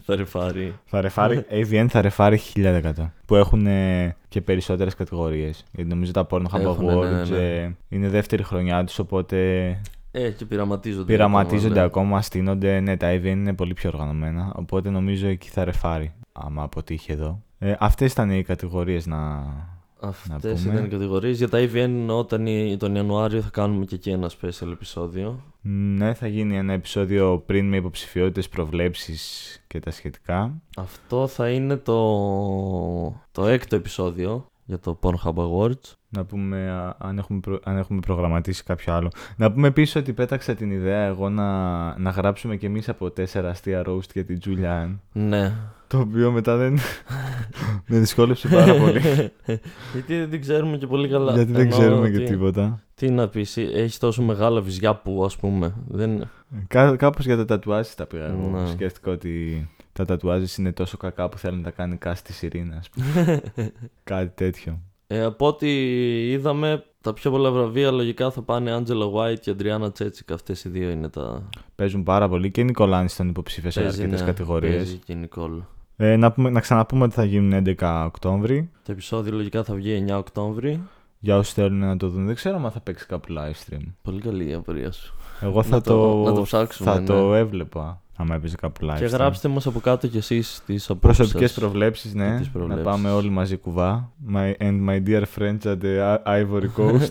B: θα ρεφάρει.
A: θα ρεφάρει, AVN θα ρεφάρει 1000%. Που έχουν ε, και περισσότερες κατηγορίες. Γιατί νομίζω τα Pornhub
B: Έχουν, ναι,
A: Awards
B: ναι, ναι.
A: ε, είναι δεύτερη χρονιά τους, οπότε
B: Ε, και πειραματίζονται.
A: πειραματίζονται
B: ακόμα,
A: ακόμα, στείνονται. Ναι, τα AVN είναι πολύ πιο οργανωμένα. Οπότε νομίζω εκεί θα ρεφάρει, άμα αποτύχει εδώ. Ε, Αυτές ήταν οι κατηγορίες να.
B: Αυτές
A: πούμε.
B: ναι. ήταν οι κατηγορίες. Για τα EVN, όταν η- τον Ιανουάριο θα κάνουμε και εκεί ένα special επεισόδιο.
A: Ναι, θα γίνει ένα επεισόδιο πριν με υποψηφιότητες, προβλέψεις και τα σχετικά.
B: Αυτό θα είναι το, το έκτο επεισόδιο για το Pornhub Awards.
A: Να πούμε α, αν έχουμε, προ- αν έχουμε προγραμματίσει κάποιο άλλο. Να πούμε επίσης ότι πέταξα την ιδέα εγώ να, να γράψουμε κι εμείς από τέσσερα αστεία roast για την Τζούλιαν.
B: Ναι.
A: Το οποίο μετά δεν. με δυσκόλεψε πάρα πολύ.
B: Γιατί δεν ξέρουμε και πολύ καλά.
A: γιατί δεν
B: Εννοώ
A: ξέρουμε και
B: ότι-
A: τίποτα.
B: Τι να πεις, έχει τόσο μεγάλα βυζιά που ας πούμε. Δεν...
A: Κά, Κάπως για τα τατουάζ τα πήγα εγώ.
B: Ναι.
A: Σκέφτηκα ότι τα τατουάζ είναι τόσο κακά που θέλει να τα κάνει κάστη τη Σιρήνα. ας πούμε. Κάτι τέτοιο.
B: Ε, από ό,τι είδαμε, τα πιο πολλά βραβεία λογικά θα πάνε Angela White και Adriana Τσέτσικ. Αυτές οι δύο είναι τα.
A: Παίζουν πάρα πολύ και η Νικολάνη ήταν υποψήφια σε
B: Παίζει,
A: αρκετές
B: ναι,
A: κατηγορίες.
B: παίζει και η Nicole.
A: Ε, να, πούμε- να ξαναπούμε ότι θα γίνουν 11 Οκτώβρη.
B: Το επεισόδιο λογικά θα βγει 9 Οκτώβρη.
A: Για όσοι θέλουν να το δουν, δεν ξέρω αν θα παίξει κάπου live stream.
B: Πολύ καλή η απορία σου.
A: Εγώ θα
B: να
A: το,
B: να το ψάξουμε.
A: θα
B: ναι.
A: το έβλεπα άμα έπαιζε κάπου live
B: Και
A: stream.
B: γράψτε μας από κάτω κι εσείς τις απόψεις
A: Προσωπικές
B: σας.
A: προβλέψεις,
B: Και
A: ναι.
B: τις
A: Να
B: προβλέψεις.
A: πάμε όλοι μαζί κουβά. My, and my dear friends at the Ivory Coast.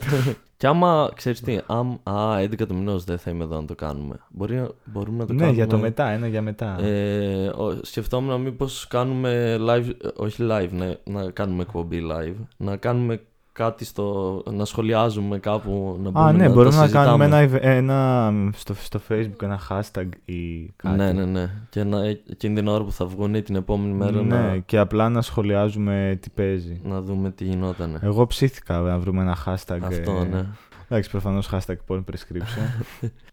B: Κι άμα, ξέρεις τι, αμ, α, 11 του μηνός δεν θα είμαι εδώ να το κάνουμε. Μπορεί, να- μπορούμε να το
A: ναι,
B: κάνουμε...
A: για το μετά, ένα για μετά.
B: Ε, ο- σκεφτόμουν να μήπως κάνουμε live, ε, όχι live, ναι, να κάνουμε εκπομπή live, να κάνουμε κάτι στο, να σχολιάζουμε κάπου, να μπορούμε
A: Α, ναι,
B: να
A: μπορούμε
B: τα
A: να κάνουμε
B: συζητάμε.
A: ένα, ένα στο, στο facebook ένα hashtag ή κάτι.
B: Ναι, ναι, ναι. Και να, εκείνη την ώρα που θα βγουν ή την επόμενη μέρα
A: Ναι,
B: να, Ναι.
A: και απλά να σχολιάζουμε τι παίζει.
B: να δούμε τι γινότανε.
A: Εγώ ψήθηκα να βρούμε ένα hashtag.
B: Αυτό,
A: ε,
B: ναι.
A: Εντάξει, προφανώς hashtag porn prescription.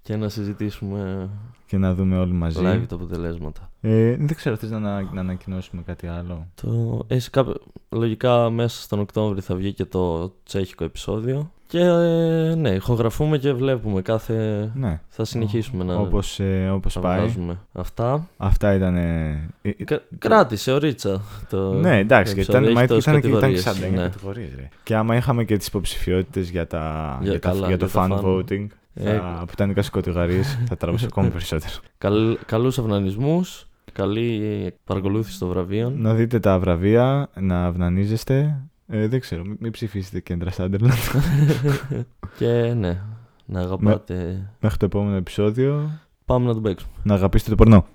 B: Και να συζητήσουμε
A: και να δούμε όλοι μαζί.
B: live τα αποτελέσματα.
A: Ε, δεν ξέρω, θες να, ανα- να ανακοινώσουμε κάτι άλλο.
B: Το... Έχει κάποιο... Λογικά μέσα στον Οκτώβριο θα βγει και το τσέχικο επεισόδιο. Και ε, ναι, ηχογραφούμε και βλέπουμε κάθε...
A: Ναι,
B: Θα συνεχίσουμε να,
A: όπως, ε, όπως
B: να
A: πάει.
B: βγάζουμε αυτά.
A: Αυτά ήταν... ε, ε, ε,
B: Κα- Κράτησε ο Ρίτσα. Το...
A: ναι, εντάξει, γιατί
B: επεισόδιο
A: ήταν, μα, ήταν,
B: έχει τόσες
A: ήταν, ήταν
B: κατηγορίες,
A: 69
B: ναι.
A: κατηγορίες, ρε. Και άμα είχαμε και τις υποψηφιότητες για, τα,
B: Για
A: για, τα-
B: καλά,
A: για το
B: για τα
A: fan
B: fan.
A: voting,
B: Ε,
A: θα, που ήταν οι κασκοτηγαρίες, θα τραβούσε ακόμα περισσότερο.
B: καλ... Καλούς αυνανισμούς, καλή παρακολούθηση των βραβείων.
A: να δείτε τα βραβεία, να αυνανίζεστε. Ε, δεν ξέρω, μην, μην ψηφίσετε κέντρα Σάντερλαντ.
B: και ναι, να αγαπάτε.
A: Μέχρι το επόμενο επεισόδιο,
B: Πάμε να τον παίξουμε.
A: να αγαπήσετε το πορνό.